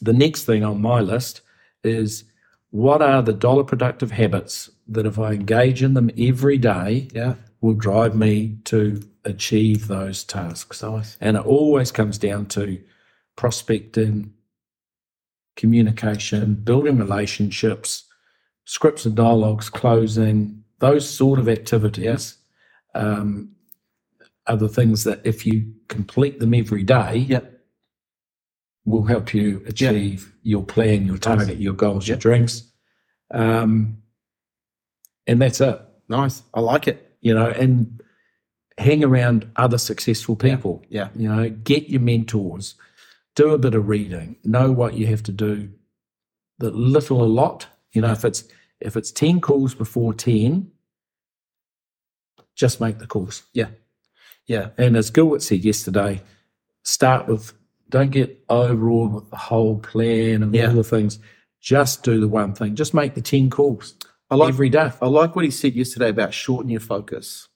S2: the next thing on my list is what are the dollar productive habits that if I engage in them every day,
S1: Yeah.
S2: will drive me to achieve those tasks.
S1: Nice.
S2: And it always comes down to prospecting, communication, building relationships, scripts and dialogues, closing, those sort of activities um, are the things that if you complete them every day,
S1: Yep.
S2: will help you achieve your plan, your target, your goals, your dreams. Um, and that's it
S1: Nice. I like it.
S2: you know, and hang around other successful people.
S1: Yeah.
S2: You know, get your mentors, do a bit of reading, know what you have to do, the little a lot. You know, if it's if it's ten calls before ten, just make the calls.
S1: Yeah. Yeah.
S2: And as Gilbert said yesterday, start with don't get overawed with the whole plan and
S1: Yeah.
S2: all the things. Just do the one thing. Just make the ten calls
S1: I like
S2: every day.
S1: I like what he said yesterday about shorten your focus.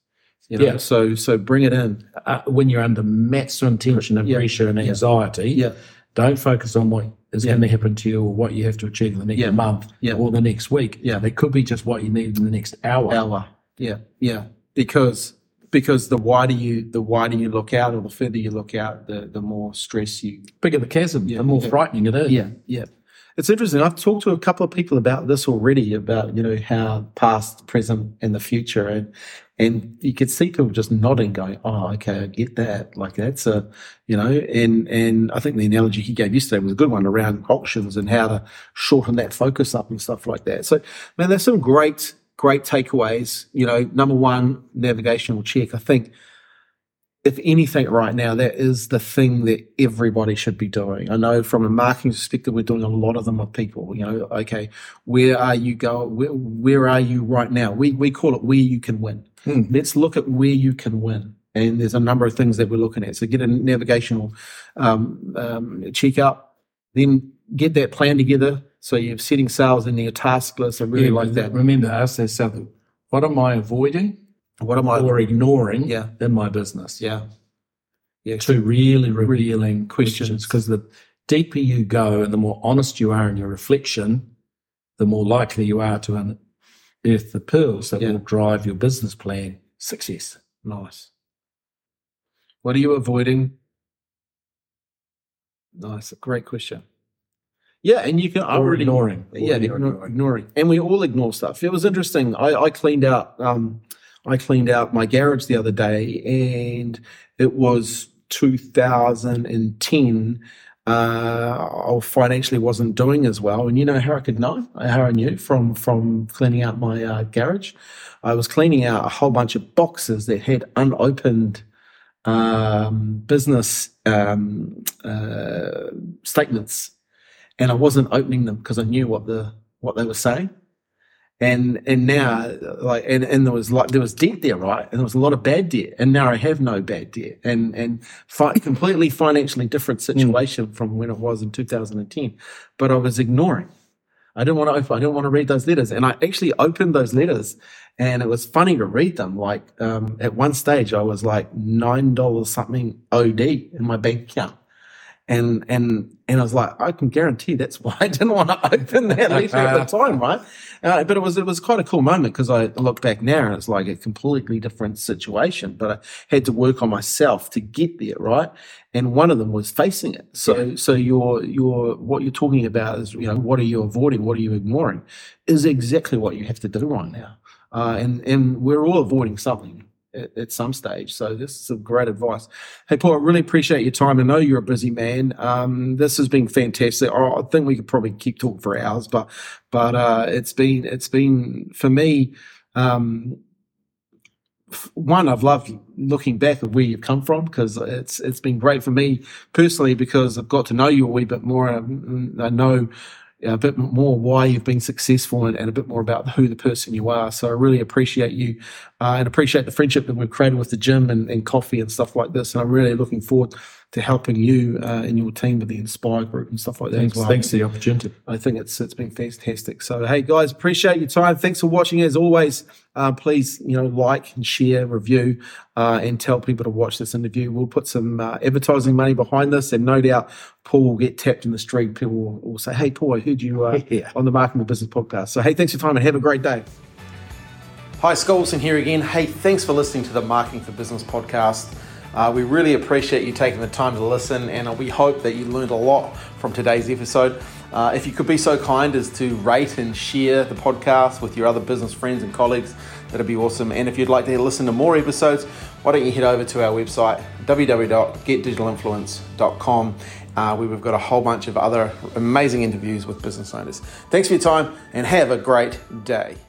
S1: You know?
S2: Yeah.
S1: So so bring it in.
S2: Uh, when you're under maximum tension and
S1: Yeah.
S2: pressure and anxiety,
S1: Yeah.
S2: don't focus on what is
S1: Yeah.
S2: going to happen to you or what you have to achieve in the next
S1: Yeah.
S2: month
S1: Yeah.
S2: or the next week.
S1: Yeah.
S2: It could be just what you need in the next hour.
S1: Hour. Yeah. Yeah. Because because the wider you the wider you look out or the further you look out, the the more stress you
S2: Bigger the chasm,
S1: Yeah.
S2: the more
S1: Yeah.
S2: frightening it is.
S1: Yeah, yeah. It's interesting. I've talked to a couple of people about this already, about you know how past, present, and the future, and and you could see people just nodding, going, "Oh, okay, I get that." Like that's a, you know, and and I think the analogy he gave yesterday was a good one around auctions and how to shorten that focus up and stuff like that. So, man, there's some great, great takeaways. You know, number one, navigational check. I think if anything right now that is the thing that everybody should be doing i know from a marketing perspective we're doing a lot of them with people you know okay where are you go where, where are you right now we, we call it where you can win
S2: Hmm.
S1: let's look at where you can win and there's a number of things that we're looking at so get a navigational um, um, check up then get that plan together so you're setting sales in your task list i really
S2: Yeah,
S1: like that
S2: Remember, ask yourself, what am I avoiding
S1: what am i
S2: or ignoring
S1: Yeah.
S2: in my business?
S1: yeah yeah
S2: Two really revealing questions
S1: questions.
S2: because the deeper you go and the more honest you are in your reflection, the more likely you are to unearth the pearls that
S1: Yeah.
S2: will drive your business plan success.
S1: Nice. What are you avoiding? Nice. Great question. Yeah, and you can I
S2: or
S1: already
S2: ignoring.
S1: yeah,
S2: Or
S1: igno- ignoring. And we all ignore stuff. It was interesting. I, I cleaned out um I cleaned out my garage the other day and it was 2010. Uh, I financially wasn't doing as well, and you know how I could know, how I knew from from cleaning out my uh, garage. I was cleaning out a whole bunch of boxes that had unopened um, business um, uh, statements, and I wasn't opening them because I knew what the what they were saying. And and now like and, and there was like there was debt there right and there was a lot of bad debt and now I have no bad debt and and fi- completely financially different situation from when it was in 2010, but I was ignoring. I didn't want to open, I didn't want to read those letters. And I actually opened those letters and it was funny to read them. Like um, at one stage I was like nine dollars something OD in my bank account. And and and I was like, I can guarantee that's why I didn't want to open that letter at the time, right? Uh, but it was it was quite a cool moment because I look back now and it's like a completely different situation. But I had to work on myself to get there, right? And one of them was facing it. So so your your what you're talking about is you know what are you avoiding, what are you ignoring, is exactly what you have to do right now. Uh, and and we're all avoiding something at, at some stage. So this is some great advice. Hey, Paul, I really appreciate your time. I know you're a busy man. Um, this has been fantastic. I I think we could probably keep talking for hours, but but uh, it's been it's been for me. Um, f- one, I've loved looking back at where you've come from because it's it's been great for me personally because I've got to know you a wee bit more. and I know a bit more why you've been successful and, and a bit more about who the person you are. So I really appreciate you uh, and appreciate the friendship that we've created with the gym and, and coffee and stuff like this. And I'm really looking forward to helping you uh, and your team with the Inspire group and stuff like that.
S2: Thanks,
S1: as well.
S2: thanks for the opportunity.
S1: I think it's it's been fantastic. So hey guys, appreciate your time. Thanks for watching. As always, uh, please you know like and share, review, uh, and tell people to watch this interview. We'll put some uh, advertising money behind this, and no doubt Paul will get tapped in the street. People will, will say, "Hey Paul, I heard you uh,
S2: Yeah.
S1: on the Marketing Business Podcast." So hey, thanks for your time and have a great day. Hi, Scott Wilson here again. Hey, thanks for listening to the Marketing for Business podcast. Uh, we really appreciate you taking the time to listen, and uh, we hope that you learned a lot from today's episode. Uh, if you could be so kind as to rate and share the podcast with your other business friends and colleagues, that'd be awesome. And if you'd like to listen to more episodes, why don't you head over to our website, www.getdigitalinfluence.com, uh, where we've got a whole bunch of other amazing interviews with business owners. Thanks for your time, and have a great day.